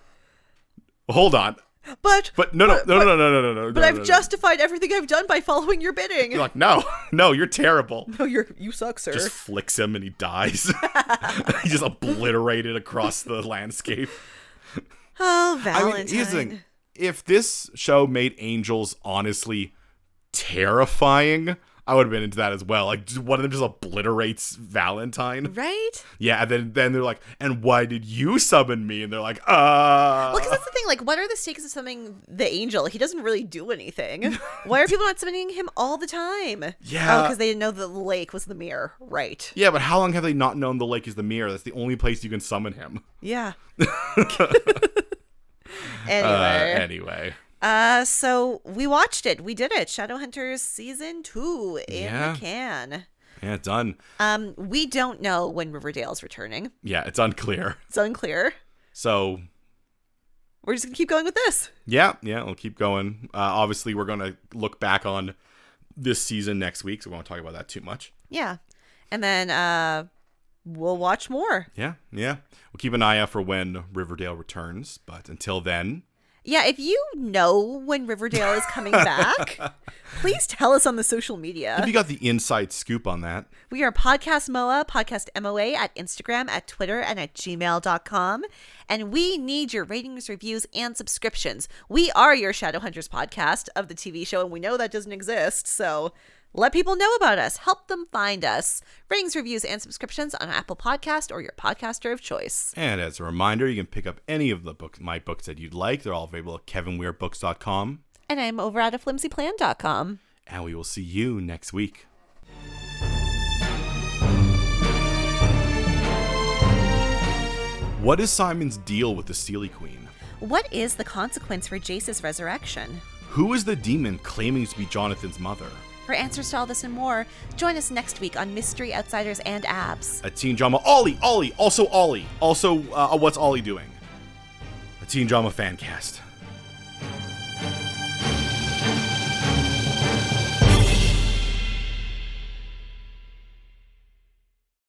Speaker 1: hold on.
Speaker 2: But
Speaker 1: But no, no, no, no, no, no, no, no.
Speaker 2: but I've justified everything I've done by following your bidding.
Speaker 1: You're like, no, no, you're terrible.
Speaker 2: no, you're you suck, sir.
Speaker 1: Just flicks him and he dies. He's just obliterated across the landscape.
Speaker 2: oh,
Speaker 1: I
Speaker 2: Valentine.
Speaker 1: mean, here's the thing. If this show made angels honestly terrifying, I would have been into that as well. Like, just- one of them just obliterates Valentine.
Speaker 2: right?
Speaker 1: Yeah, and then then they're like, and why did you summon me? And they're like, uh
Speaker 2: Well, because that's the thing. Like, what are the stakes of something the angel? He doesn't really do anything. Why are people not summoning him all the time?
Speaker 1: Yeah.
Speaker 2: Oh, because they didn't know that the lake was the mirror. Right.
Speaker 1: Yeah, but how long have they not known the lake is the mirror? That's the only place you can summon him.
Speaker 2: Yeah.
Speaker 1: Uh,
Speaker 2: anyway.
Speaker 1: anyway.
Speaker 2: Uh, so we watched it. We did it. Shadowhunters season two in
Speaker 1: Yeah.
Speaker 2: the can.
Speaker 1: Yeah, done.
Speaker 2: Um, we don't know when Riverdale's returning.
Speaker 1: Yeah, it's unclear.
Speaker 2: It's unclear.
Speaker 1: So
Speaker 2: We're just gonna keep going with this.
Speaker 1: Yeah, yeah, we'll keep going. Uh, obviously, we're going to look back on this season next week, so we won't talk about that too much.
Speaker 2: Yeah. And then uh we'll watch more.
Speaker 1: Yeah, yeah. We'll keep an eye out for when Riverdale returns, but until then,
Speaker 2: Yeah, if you know when Riverdale is coming back, please tell us on the social media.
Speaker 1: if you got the inside scoop on that,
Speaker 2: We are Podcast MOA, Podcast MOA at Instagram, at Twitter, and at gmail.com. And we need your ratings, reviews, and subscriptions. We are your Shadowhunters podcast of the TV show, and we know that doesn't exist. So let people know about us. Help them find us. Ratings, reviews, and subscriptions on Apple Podcast or your podcaster of choice.
Speaker 1: and as a reminder, you can pick up any of the book, my books that you'd like. They're all available at kevinweirbooks.com,
Speaker 2: And I'm over at a flimsyplan.com.
Speaker 1: and we will see you next week. What is Simon's deal with the Sealy Queen?
Speaker 2: What is the consequence for Jace's resurrection?
Speaker 1: Who is the demon claiming to be Jonathan's mother?
Speaker 2: For answers to all this and more, join us next week on Mystery Outsiders and Abs.
Speaker 1: A teen drama. Ollie, Ollie, also Ollie, also uh, what's Ollie doing? A teen drama fan cast.